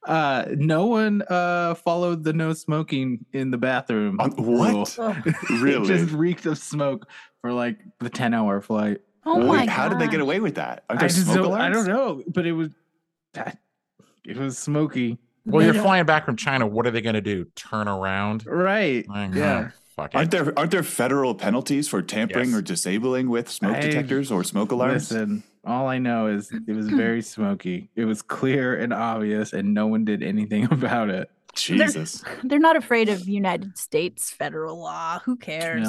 D: Uh no one uh followed the no smoking in the bathroom.
C: On- what?
D: rule.
C: Oh, Really?
D: It just reeked of smoke for like the 10 hour flight.
E: Oh
C: Wait,
E: my
C: how did they get
E: gosh.
C: away with that? Are
D: I
C: there
D: just
C: smoke
D: don't, I
C: alarms?
D: don't know, but it was that it was smoky.
A: Well, you're
E: Yeah.
A: flying back from China. What are they going to do? Turn around?
D: Right.
A: Like,
D: yeah.
A: oh, fuck
C: Aren't
A: it.
C: there aren't there federal penalties for tampering
A: Yes.
C: or disabling with smoke
D: I-
C: detectors or smoke alarms?
D: Listen, all I know is it was very smoky. It was clear and obvious and no one did anything about it.
C: Jesus.
E: They're not afraid of United States federal law. Who cares?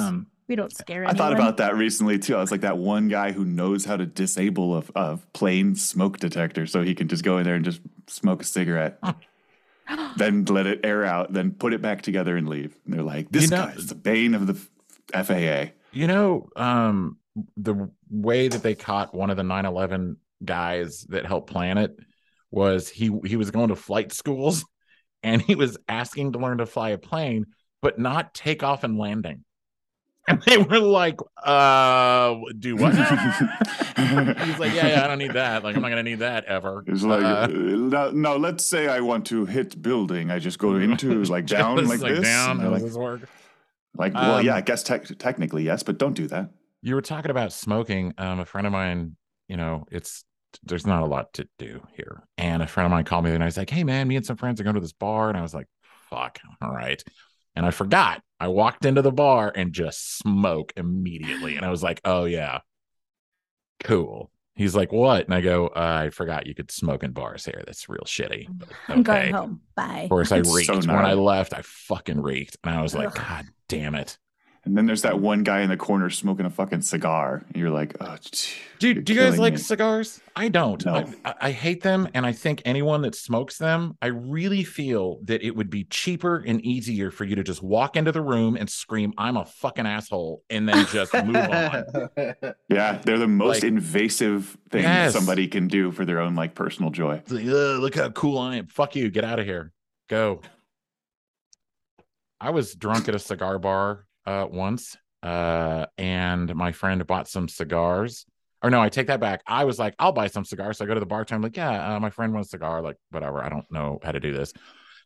D: Um,
E: We don't scare
C: I
E: anyone.
C: thought about that recently too. I was like that one guy who knows how to disable a, a plain smoke detector so he can just go in there and just smoke a cigarette, then let it air out, then put it back together and leave. And they're like, this
A: You know-
C: guy is the bane of the f- FAA.
A: You know, um, the way that they caught one of the 9/11 guys that helped plan it was he he was going to flight schools, and he was asking to learn to fly a plane, but not takeoff and landing. And they were like, "Uh, do what?" He's like, "Yeah, yeah, I don't need that. Like, I'm not gonna need that ever."
C: It's like
A: Uh,
C: uh, no, no, let's say I want to hit building. I just go into like down
A: just
C: like, this.
A: down.
C: and they're
A: How does
C: Like,
A: this work?
C: like, well,
A: Um,
C: yeah, I guess tec- technically yes, but don't do that.
A: You were talking about smoking. Um, a friend of mine, you know, it's there's not a lot to do here. And a friend of mine called me the other night. He's like, "Hey, man, me and some friends are going to this bar," and I was like, "Fuck, all right." And I forgot. I walked into the bar and just smoke immediately, and I was like, "Oh yeah, cool." He's like, "What?" And I go, uh, "I forgot you could smoke in bars here. That's real shitty." but
E: I'm
A: okay."
E: going home. Bye.
A: Of course, I
C: It's so
A: reeked. when
C: gnarly.
A: I left, I fucking reeked, and I was like,
E: Ugh.
A: "God damn it!"
C: And then there's that one guy in the corner smoking a fucking cigar. And you're like, oh, gee,
A: Do,
C: you're
A: do you guys
C: killing
A: like
C: me.
A: cigars? I don't.
C: No.
A: I, I- I hate them. And I think anyone that smokes them, I really feel that it would be cheaper and easier for you to just walk into the room and scream, I'm a fucking asshole, and then just move on.
C: Yeah, they're the most
A: Like-
C: invasive thing
A: Yes.
C: somebody can do for their own like personal joy.
A: It's like, "Ugh, look how cool I am. Fuck you. Get out of here. Go. I was drunk at a cigar bar uh, once, uh, and my friend bought some cigars. Or no, I take that back. I was like, I'll buy some cigars. So I go to the bartender. I'm like, yeah, uh, my friend wants a cigar. Like, whatever. I don't know how to do this.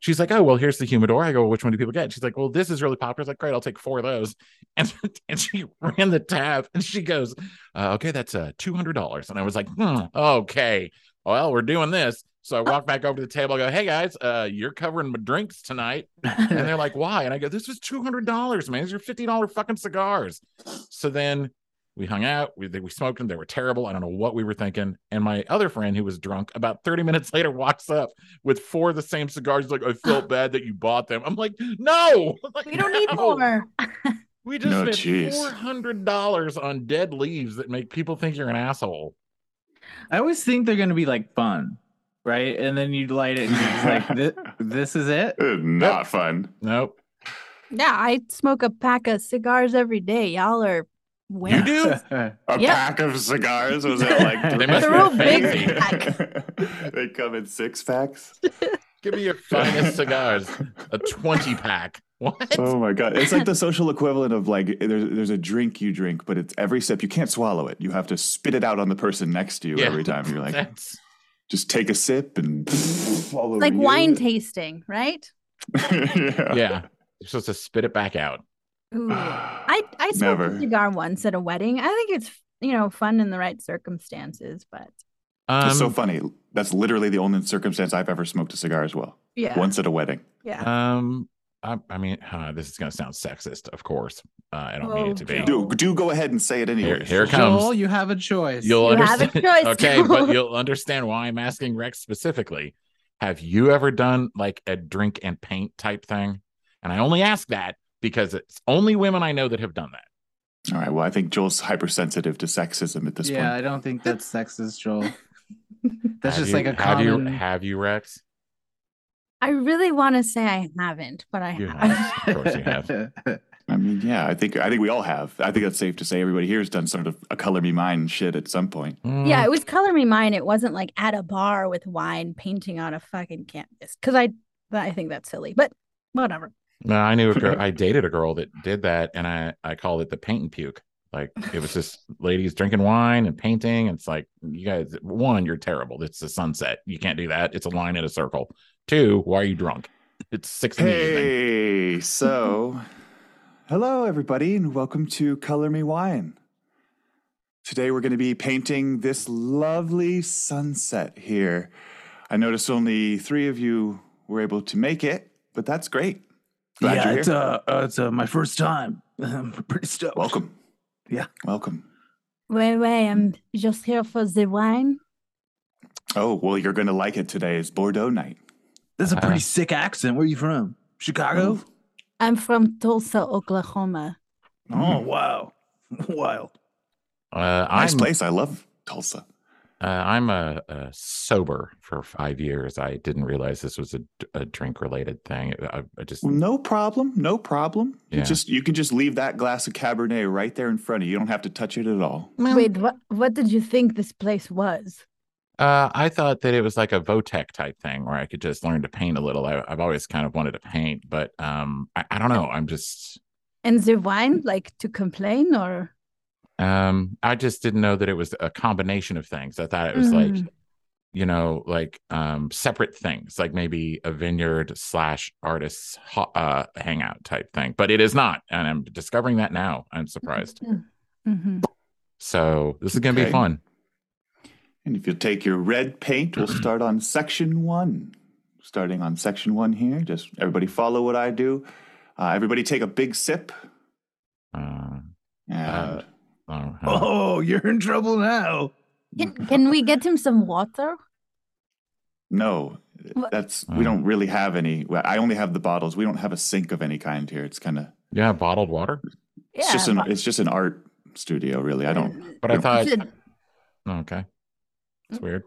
A: She's like, oh, well, here's the humidor. I go, which one do people get? She's like, well, this is really popular. I was like, great, I'll take four of those. And, and she ran the tab and she goes, uh, okay, that's uh, $200. And I was like, hmm, okay well, we're doing this. So I walk back over to the table. I go, hey guys, uh, you're covering my drinks tonight. And they're like, why? And I go, this was $200, man. These are $50 fucking cigars. So then we hung out. We, we smoked them. They were terrible. I don't know what we were thinking. And my other friend who was drunk about 30 minutes later walks up with four of the same cigars. He's like, I felt bad that you bought them. I'm like, no, Like,
E: We don't need
A: no.
E: more.
A: We just
C: No,
A: spent
C: jeez.
A: $400 on dead leaves that make people think you're an asshole.
D: I always think they're going to be like fun, right? And then you light it and it's like, this, this is it.
C: Eh, Not fun.
A: Nope.
E: Yeah, I smoke a pack of cigars every day. Y'all are
A: You
E: weird.
A: do?
C: A
E: Yeah.
C: pack of cigars was it like?
A: They must
E: They're real big
C: they come in six packs.
A: Give me your finest cigars. a 20 pack. What?
C: Oh my god! It's like the social equivalent of like there's there's a drink you drink, but it's every sip you can't swallow it. You have to spit it out on the person next to you every time. You're like,
A: That's-
C: just take a sip and all over
E: It's like
C: you.
E: wine tasting, right?
C: yeah.
A: yeah. You're supposed to spit it back out.
E: Ooh. I I smoked
C: Never.
E: a cigar once at a wedding. I think it's you know fun in the right circumstances, but
A: Um,
C: It's so funny. That's literally the only circumstance I've ever smoked a cigar as well.
E: yeah,
C: Once at a wedding.
E: yeah.
A: um, I, I mean, huh, this is gonna sound sexist, of course. Uh, I don't mean
E: Oh,
A: it to be.
E: Joe.
C: Do do go ahead and say it anyway.
A: Here, here it comes.
D: Joel, you have a choice.
A: You'll
E: You have a
A: understand.
E: choice,
A: okay, but
E: Joel.
A: you'll understand why I'm asking Rex specifically. Have you ever done like a drink and paint type thing? And I only ask that because it's only women I know that have done that.
C: All right. Well, I think Joel's hypersensitive to sexism at this
D: yeah,
C: point.
D: I don't think that's sexist, Joel.
A: Have
D: That's just
A: you-
D: like a
A: have you-
D: common.
A: have you, Rex?
E: I really want to say I haven't, but I
A: You
E: have.
A: have. Of course you have.
C: I mean, yeah, I think I think we all have. I think that's safe to say everybody here has done sort of a color me mine shit at some point.
A: Mm,
E: Yeah, it was color me mine. It wasn't like at a bar with wine painting on a fucking canvas because I I think that's silly, but whatever.
A: No, I knew a girl. I dated a girl that did that, and I I called it the paint and puke. Like it was just ladies drinking wine and painting. And it's like you guys, one, you're terrible. It's a sunset. You can't do that. It's a line in a circle. Two, why are you drunk? It's six in the evening.
C: Hey, so hello everybody, and welcome to Color Me Wine. Today we're going to be painting this lovely sunset here. I noticed only three of you were able to make it, but that's great. Glad
D: yeah,
C: you're here.
D: it's uh, uh, it's uh, my first time. I'm pretty stoked.
C: welcome.
D: Yeah.
C: welcome.
E: Wait, wait, I'm just here for the wine.
C: Oh well, you're going to like it today. It's Bordeaux night.
D: That's a
A: Uh,
D: pretty sick accent. Where are you from? Chicago.
E: I'm from Tulsa, Oklahoma.
D: Oh wow, wild.
A: Uh,
C: nice
A: I'm
C: place. I love Tulsa.
A: uh, I'm uh, uh, sober for five years. I didn't realize this was a, drink related thing. I, I just
C: Well, no problem. No problem.
A: Yeah.
C: You just you can just leave that glass of Cabernet right there in front of you. You don't have to touch it at all.
E: Wait, what? What did you think this place was?
A: Uh, I thought that it was like a Votech type thing where I could just learn to paint a little. I, I've always kind of wanted to paint, but um, I, I don't know. I'm just,
E: And the wine, like to complain or?
A: um, I just didn't know that it was a combination of things. I thought it was like,
E: Mm.
A: you know, like um, separate things, like maybe a vineyard slash artists ho- uh, hangout type thing. But it is not, and I'm discovering that now. I'm surprised.
E: Mhm.
A: So this is gonna
C: Okay.
A: be fun.
C: And if you'll take your red paint, we'll start on section one. Starting on section one here. Just everybody follow what I do. Uh, everybody take a big sip.
A: Uh, Uh,
C: And
A: oh, uh,
D: Oh, you're in trouble now.
C: Mm-hmm.
E: Can Can we get him some water?
C: no,
E: What?
C: that's
A: Mm.
C: we don't really have any. well, I only have the bottles. We don't have a sink of any kind here. It's kind of
A: yeah, bottled water.
C: it's just an
E: but-
C: it's just an art studio, really. I don't.
A: But I
C: Yeah.
A: thought, Oh,
E: Should-
A: okay, it's weird.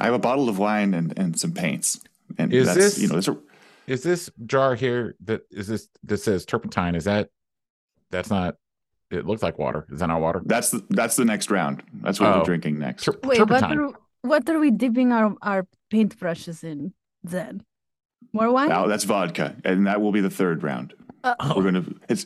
C: I have a bottle of wine and and some paints. And
A: Is
C: that's
A: this-
C: you know that's a
A: is this jar here that is this that says turpentine is that that's not it looks like water is that not water
C: That's the, that's the next round. That's what
A: Oh.
C: we're drinking next.
A: Tur-
E: Wait, what
A: turpentine
E: are, what are we dipping our, our paintbrushes in then? More wine?
C: Now that's vodka, and that will be the third round.
D: Uh,
A: Oh,
C: We're gonna. It's.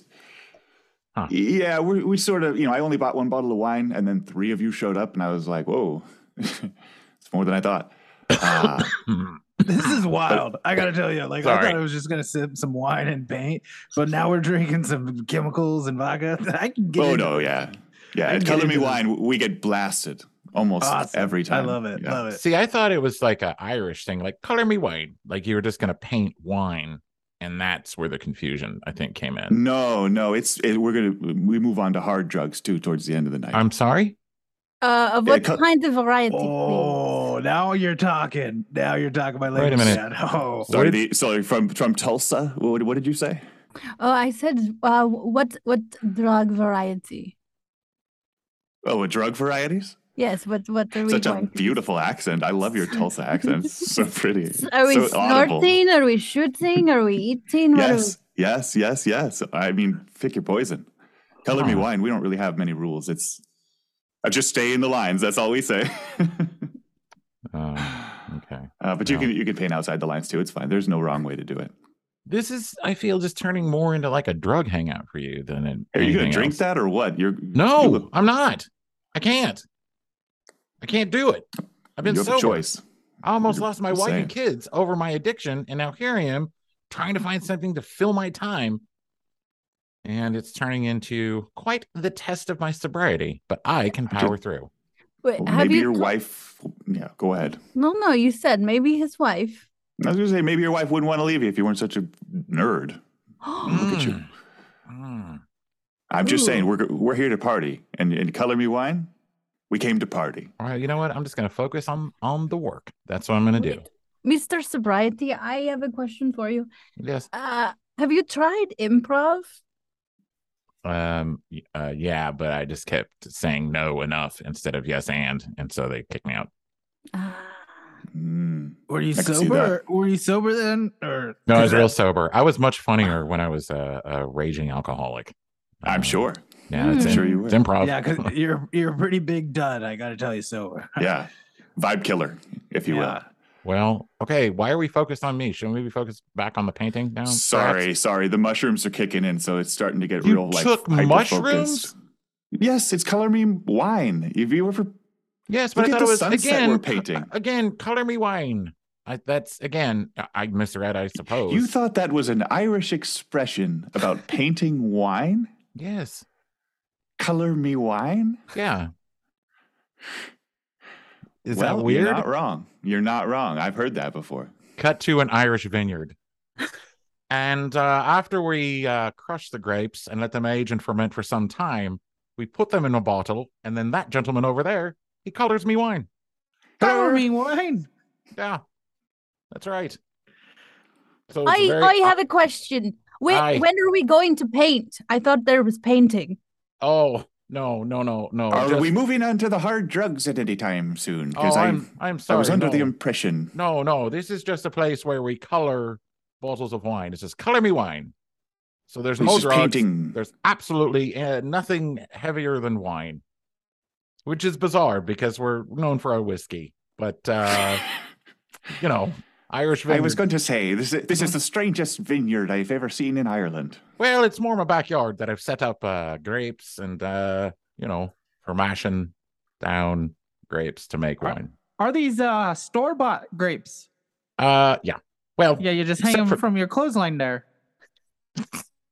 A: Huh.
C: Yeah, we we sort of you know I only bought one bottle of wine, and then three of you showed up, and I was like, whoa, it's more than I thought. Uh,
A: hmm.
D: This is wild. I gotta tell you, like I
A: Sorry.
D: thought I was just gonna sip some wine and paint, but now we're drinking some chemicals and vodka. I can get.
C: oh
D: into
C: no,
D: it.
C: yeah,
D: I
C: yeah.
D: can
C: At
D: get
C: Color Me
D: into this.
C: Wine, we get blasted almost
D: Awesome.
C: every
D: I
C: time.
D: love it.
C: Yeah.
D: Love it.
A: see i thought it was like an irish thing like color me wine like you were just gonna paint wine and that's where the confusion i think came in
C: No, no, it's it, we're gonna we move on to hard drugs too towards the end of the night.
A: i'm sorry
E: Uh, of
C: Yeah,
E: what
C: cut-
E: kind of variety,
D: Oh, now you're talking. Now you're talking my
A: Wait a
D: language.
A: minute.
D: Dad.
C: sorry,
D: Oh,
A: what did-
C: the- sorry, from from Tulsa. What, what did you say?
E: please? Oh, I said, uh, what what drug variety?
C: Oh, a drug varieties.
E: Yes, what what are we
C: Such a
E: going? to-
C: beautiful accent. I love your Tulsa accent. It's so pretty.
E: S- Are we
C: so audible.
E: snorting? Are we shooting? Are we eating? What are
C: Yes, yes, yes, yes. I mean, pick your poison. Color me
A: Huh.
C: wine. We don't really have many rules. It's uh, just stay in the lines. That's all we say.
A: um,
C: uh,
A: okay
C: but you
A: No.
C: can you can paint outside the lines too. It's fine. There's no wrong way to do it.
A: this is i feel just turning more into like a drug hangout for you than an
C: Are you going
A: anything
C: to drink
A: else.
C: that or what? You're
A: no
C: You, look-
A: i'm not i can't i can't do it i've been
C: you have a
A: sober
C: choice.
A: I almost
C: You're
A: lost my wife and
C: saying.
A: kids over my addiction, and now here I am trying to find something to fill my time. and it's turning into quite the test of my sobriety, but I can
C: Did-
A: power through.
E: Wait,
C: Well,
E: have
C: maybe
E: you
C: your
E: cl-
C: wife. Yeah, go ahead.
E: No, no, you said maybe his wife.
C: I was gonna say maybe your wife wouldn't want to leave you if you weren't such a nerd. Look at you.
A: Mm. Mm.
C: I'm just
E: Ooh.
C: saying we're we're here to party, and and color me wine. We came to party.
A: All right, you know what? I'm just gonna focus on on the work. That's what I'm gonna do.
E: Mr. Sobriety, I have a question for you.
A: Yes.
E: Uh, have you tried improv?
A: Um. y- Uh, yeah, but I just kept saying no enough instead of yes and, and so they kicked me out.
E: Ah.
C: Mm.
D: Were you
C: I can see
D: sober? Were you sober then? Or
A: No, I was real sober. I was much funnier when I was a, a raging alcoholic. Um,
C: I'm sure.
A: Yeah, it's,
E: Mm.
A: in-
C: Sure you
A: it's
C: were.
A: improv.
D: yeah, because you're you're a pretty big dud. I gotta tell you, sober.
C: Yeah, vibe killer, if you
D: Yeah.
A: Well, okay. Why are we focused on me? Shouldn't we be focused back on the painting now?
C: will.
A: perhaps?
C: Sorry, sorry. The mushrooms are kicking in, so it's starting to get
A: You
C: real. Like
A: took
C: hyper-focused.
A: mushrooms?
C: Yes, it's color me wine. If you ever
A: Yes, but
C: Look
A: I
C: at
A: thought
C: the
A: it was
C: sunset
A: again.
C: we're painting.
A: Again, color me wine. I, that's again. I- I misread, I suppose.
C: you thought that was an Irish expression about painting wine,
A: yes.
C: color me wine.
A: Yeah. Is
C: well,
A: that weird?
C: You're not wrong. You're not wrong. I've heard that before.
A: Cut to an Irish vineyard. and uh, after we uh, crush the grapes and let them age and ferment for some time, we put them in a bottle. And then that gentleman over there, he colors me wine.
D: Color me wine.
A: Yeah. That's right. So it's
E: I,
A: very-
E: I have a question. When,
A: I-
E: when are we going to paint? I thought there was painting.
A: Oh, no, no, no, no.
C: Are
A: just-
C: we moving on to the hard drugs at any time soon?
A: Oh,
C: Because
A: I'm, I'm
C: I
A: sorry.
C: was under the
A: no.
C: impression.
A: No, no. This is just a place where we color bottles of wine. It says color me wine. So there's
C: It's
A: no
C: just
A: drugs.
C: painting.
A: There's absolutely uh, nothing heavier than wine, which is bizarre because we're known for our whiskey. But uh, you know, Irish vineyard.
C: I was going to say this. Is, this is the strangest vineyard I've ever seen in Ireland.
A: Well, it's more my backyard that I've set up uh, grapes and uh, you know, for mashing down grapes to make
D: Are-
A: wine.
D: Are these uh store bought grapes?
A: Uh, yeah. Well,
D: Yeah, you just
A: Except
D: hang them
A: for-
D: from your clothesline there.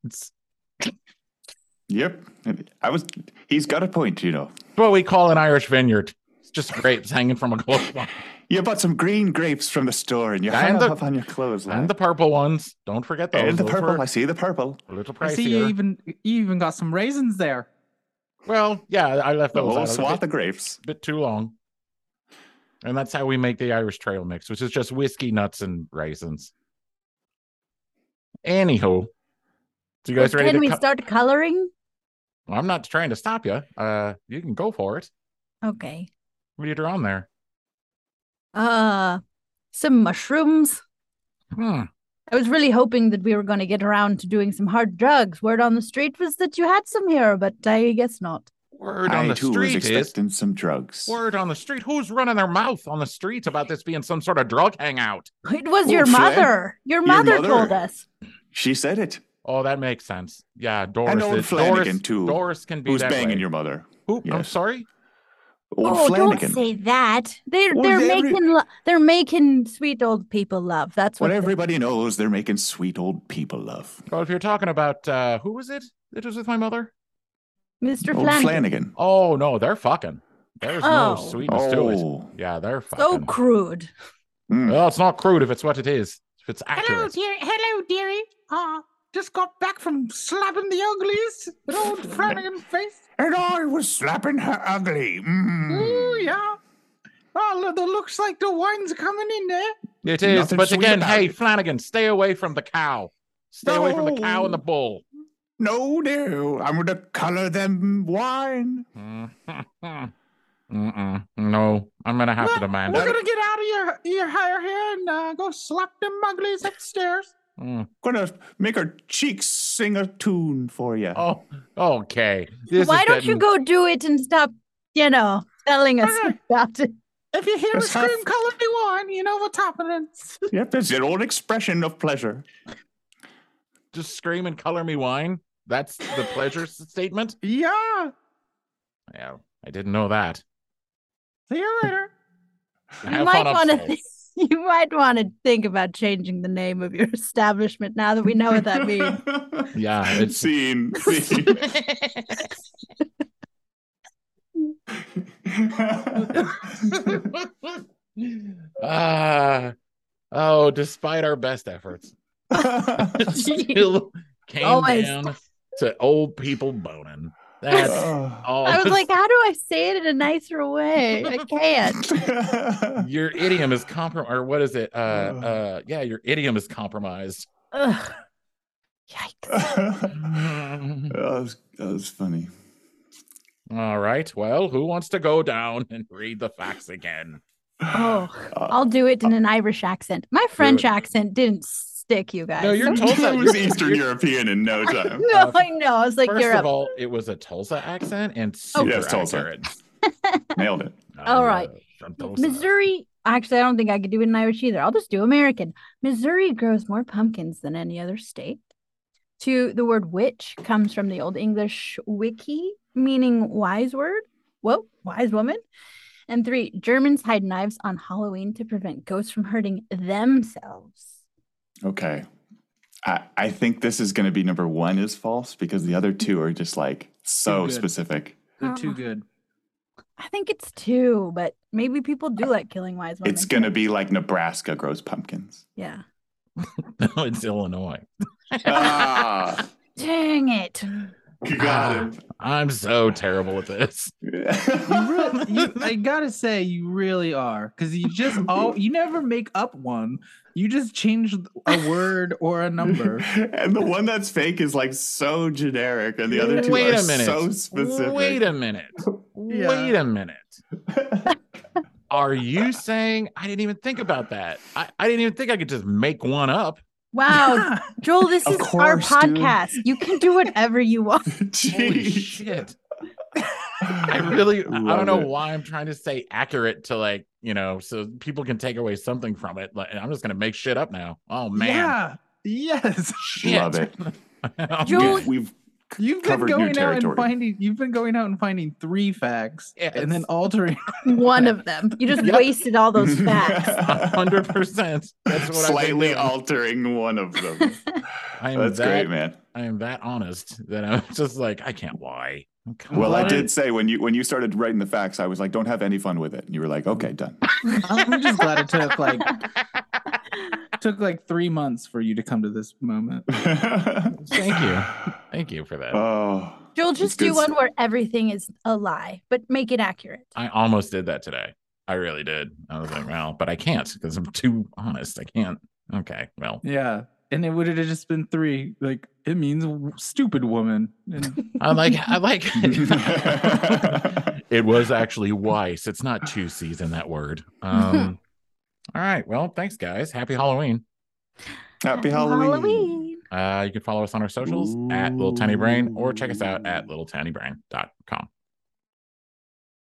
A: it's
C: Yep, I was. He's got a point, you know.
A: what we call an Irish vineyard. It's just grapes hanging from a clothesline.
C: You bought some green grapes from the store, and you
A: And
C: hung
A: the-
C: them up on your clothes.
A: And the purple ones. Don't forget those.
C: and the
A: Those
C: purple.
A: were
C: I see the purple.
A: a little
D: I see you
A: pricier.
D: even you even got some raisins there.
A: Well, yeah, I left
C: Oh,
A: those
C: The whole
A: out a
C: swath
A: bit,
C: of grapes.
A: bit too long. And that's how we make the Irish Trail mix, which is just whiskey, nuts, and raisins. Anywho, so you guys ready
E: Can
A: to?
E: we
A: co-
E: start coloring?
A: Well, I'm not trying to stop you. Uh, you can go for it.
E: Okay.
A: What are you on there?
E: Uh, some mushrooms.
A: Hmm.
E: I was really hoping that we were going to get around to doing some hard drugs. Word on the street was that you had some here, but I guess not.
A: Word on
C: I
A: the
C: too
A: street
C: was
A: is
C: expecting some drugs.
A: word on the street. Who's running their mouth on the street about this being some sort of drug hangout?
E: It was
C: Oh,
E: your
C: Fran,
E: mother. Your
C: your
E: mother
C: mother.
E: told us.
C: She said it.
A: Oh, that makes sense. Yeah, Doris.
C: and old
A: is-
C: Flanagan
A: Doris,
C: too.
A: Doris can be
C: who's
A: that
C: banging
A: way.
C: your mother?
A: Who? I'm
C: Yes.
A: sorry.
C: Old
E: oh,
C: Flanagan.
E: don't say that. They're
C: Well,
E: they're
C: they- every-
E: making lo- they're making sweet old people love. That's what
C: What
E: they-
C: everybody knows, they're making sweet old people love.
A: Well, Oh, if you're talking about uh who was it that was with my mother?
E: Mr.
C: Old
E: Flanagan.
C: Flanagan.
A: Oh no, they're fucking. There's no
E: Oh.
A: sweetness to it.
C: Oh,
A: Yeah, they're
E: So
A: fucking.
E: crude.
C: Mm.
A: well, it's not crude if it's what it is. If it's
B: Hello,
A: accurate.
B: dear. Hello, dearie.
D: Uh, just got back from slapping the uglies with old Flanagan face.
C: and I was slapping her ugly.
D: Ooh,
C: Mm.
D: yeah. Oh, look, the- looks like the wine's coming in there.
A: It is,
C: Nothing
A: but
C: sweet
A: again,
C: about
A: hey
C: it.
A: Flanagan, stay away from the cow. Stay away from the cow and the
C: No.
A: bull.
C: No, no, I'm gonna color them wine.
A: Mm-hmm. Mm-mm. No, I'm gonna have to demand
D: We're
A: it.
D: gonna get out of your your hair here and uh, go slap them uglies upstairs.
A: Mm.
C: Gonna make her cheeks sing a tune for you.
A: Oh, okay. This
E: Why
A: is
E: don't you
A: getting-
E: go do it and stop, you know, telling us
D: Okay.
E: about it?
D: If you hear a
C: That's half-
D: scream, color me wine. You know what's happening.
C: Yep, that's an old expression of pleasure.
A: just scream and color me wine? That's the pleasure s- statement?
D: Yeah.
A: Yeah, I didn't know that.
D: See you later.
E: You
A: Have
E: might
A: fun
E: want
A: upstairs.
E: to you might want to think about changing the name of your establishment now that we know what that means.
C: means.
A: Yeah, it's-
C: scene. scene.
A: Ah, oh, despite our best efforts, still came
E: Always.
A: down to old people boning. That's all.
E: I was like, how do I say it in a nicer way? I can't.
A: your idiom is compromised, or what is it? Uh,
C: Ugh.
A: uh, yeah, your idiom is compromised.
E: Ugh. Yikes.
A: All
C: Oh, that, was, that was funny.
A: right. Well, who wants to go down and read the facts again?
E: Oh,
C: Uh,
E: I'll do it in an Irish accent. My French
A: it.
E: accent didn't stick, you guys.
A: No, you're Uh, told that
C: it was
A: you're-
C: Eastern
A: you're-
C: European in no time.
E: no, I know. I was like,
A: First
E: you're
A: of
E: up.
A: all, it was a Tulsa accent and
E: Oh.
A: super
C: Yes, Tulsa.
A: accurate.
C: Nailed it.
E: All
A: I'm,
E: right.
A: uh, from Tulsa.
E: Missouri. Actually, I don't think I could do it in Irish either. I'll just do American. Missouri grows more pumpkins than any other state. To the word witch comes from the Old English wiki, meaning wise word. Whoa, wise woman. And three, Germans hide knives on Halloween to prevent ghosts from hurting themselves.
C: Okay. I, I think this is going to be number one is false because the other two are just like so
D: Good.
C: specific.
D: They're too good.
E: I think it's two, but maybe people do like killing wise women.
C: It's going to be like Nebraska grows pumpkins.
E: Yeah.
A: No, it's Illinois.
C: ah,
E: Dang it.
C: you got
A: I'm so terrible at this.
D: You really, you,
C: it.
D: I gotta say, you really are because you just all you never make up one. You just change a word or a number.
C: and the one that's fake is like so generic, and the other two
A: Wait
C: are
A: a minute.
C: so specific.
A: Wait a minute.
D: Yeah.
A: Wait a minute. Are you saying I didn't even think about that? I, I didn't even think I could just make one up.
E: Wow. Joel, this
C: Of
E: is our
C: course, dude.
E: podcast. You can do whatever you want.
A: Holy
C: Jeez.
A: shit. I really I- I
C: Love
A: don't know
C: it.
A: why I'm trying to stay accurate to like, you know, so people can take away something from it. Like, I'm just gonna make shit up now. Oh man.
D: Yeah. Yes.
A: Shit.
C: Love it.
A: I'm
E: Joel-
A: good.
C: We've, we've
D: You've been
C: Covered new
D: going out and
C: territory.
D: finding. You've been going out and finding three facts and then
A: Yes.
D: altering.
E: One of them. You just
A: Yep.
E: wasted all those facts.
A: 100%. That's what
C: slightly
A: I've been doing.
C: altering one of them.
A: I am
C: That's
A: that
C: great, man.
A: I am that honest that I'm just like I can't lie. Come
C: Well, I
A: on.
C: did say when you when you started writing the facts, I was like, "Don't have any fun with it," and you were like, "Okay, done."
D: I'm just glad it took like took like three months for you to come to this moment.
A: Thank you. Thank you for that.
C: Oh,
E: Joel,
C: It's
E: just
C: good
E: do
C: s-
E: one where everything is a lie, but make it accurate.
A: I almost did that today. I really did. I was like, well, but I can't because I'm too honest. I can't. Okay, well,
D: Yeah. And it would have just been three. Like it means w- stupid woman. And
A: I like, I like. it was actually Weiss. It's not two C's in that word. Um, all right. Well, thanks, guys. Happy Halloween.
C: Happy Halloween.
E: Halloween.
A: Uh, you can follow us on our socials at Little Tiny Brain or check us out
C: Ooh.
A: at littletinnybrain.com.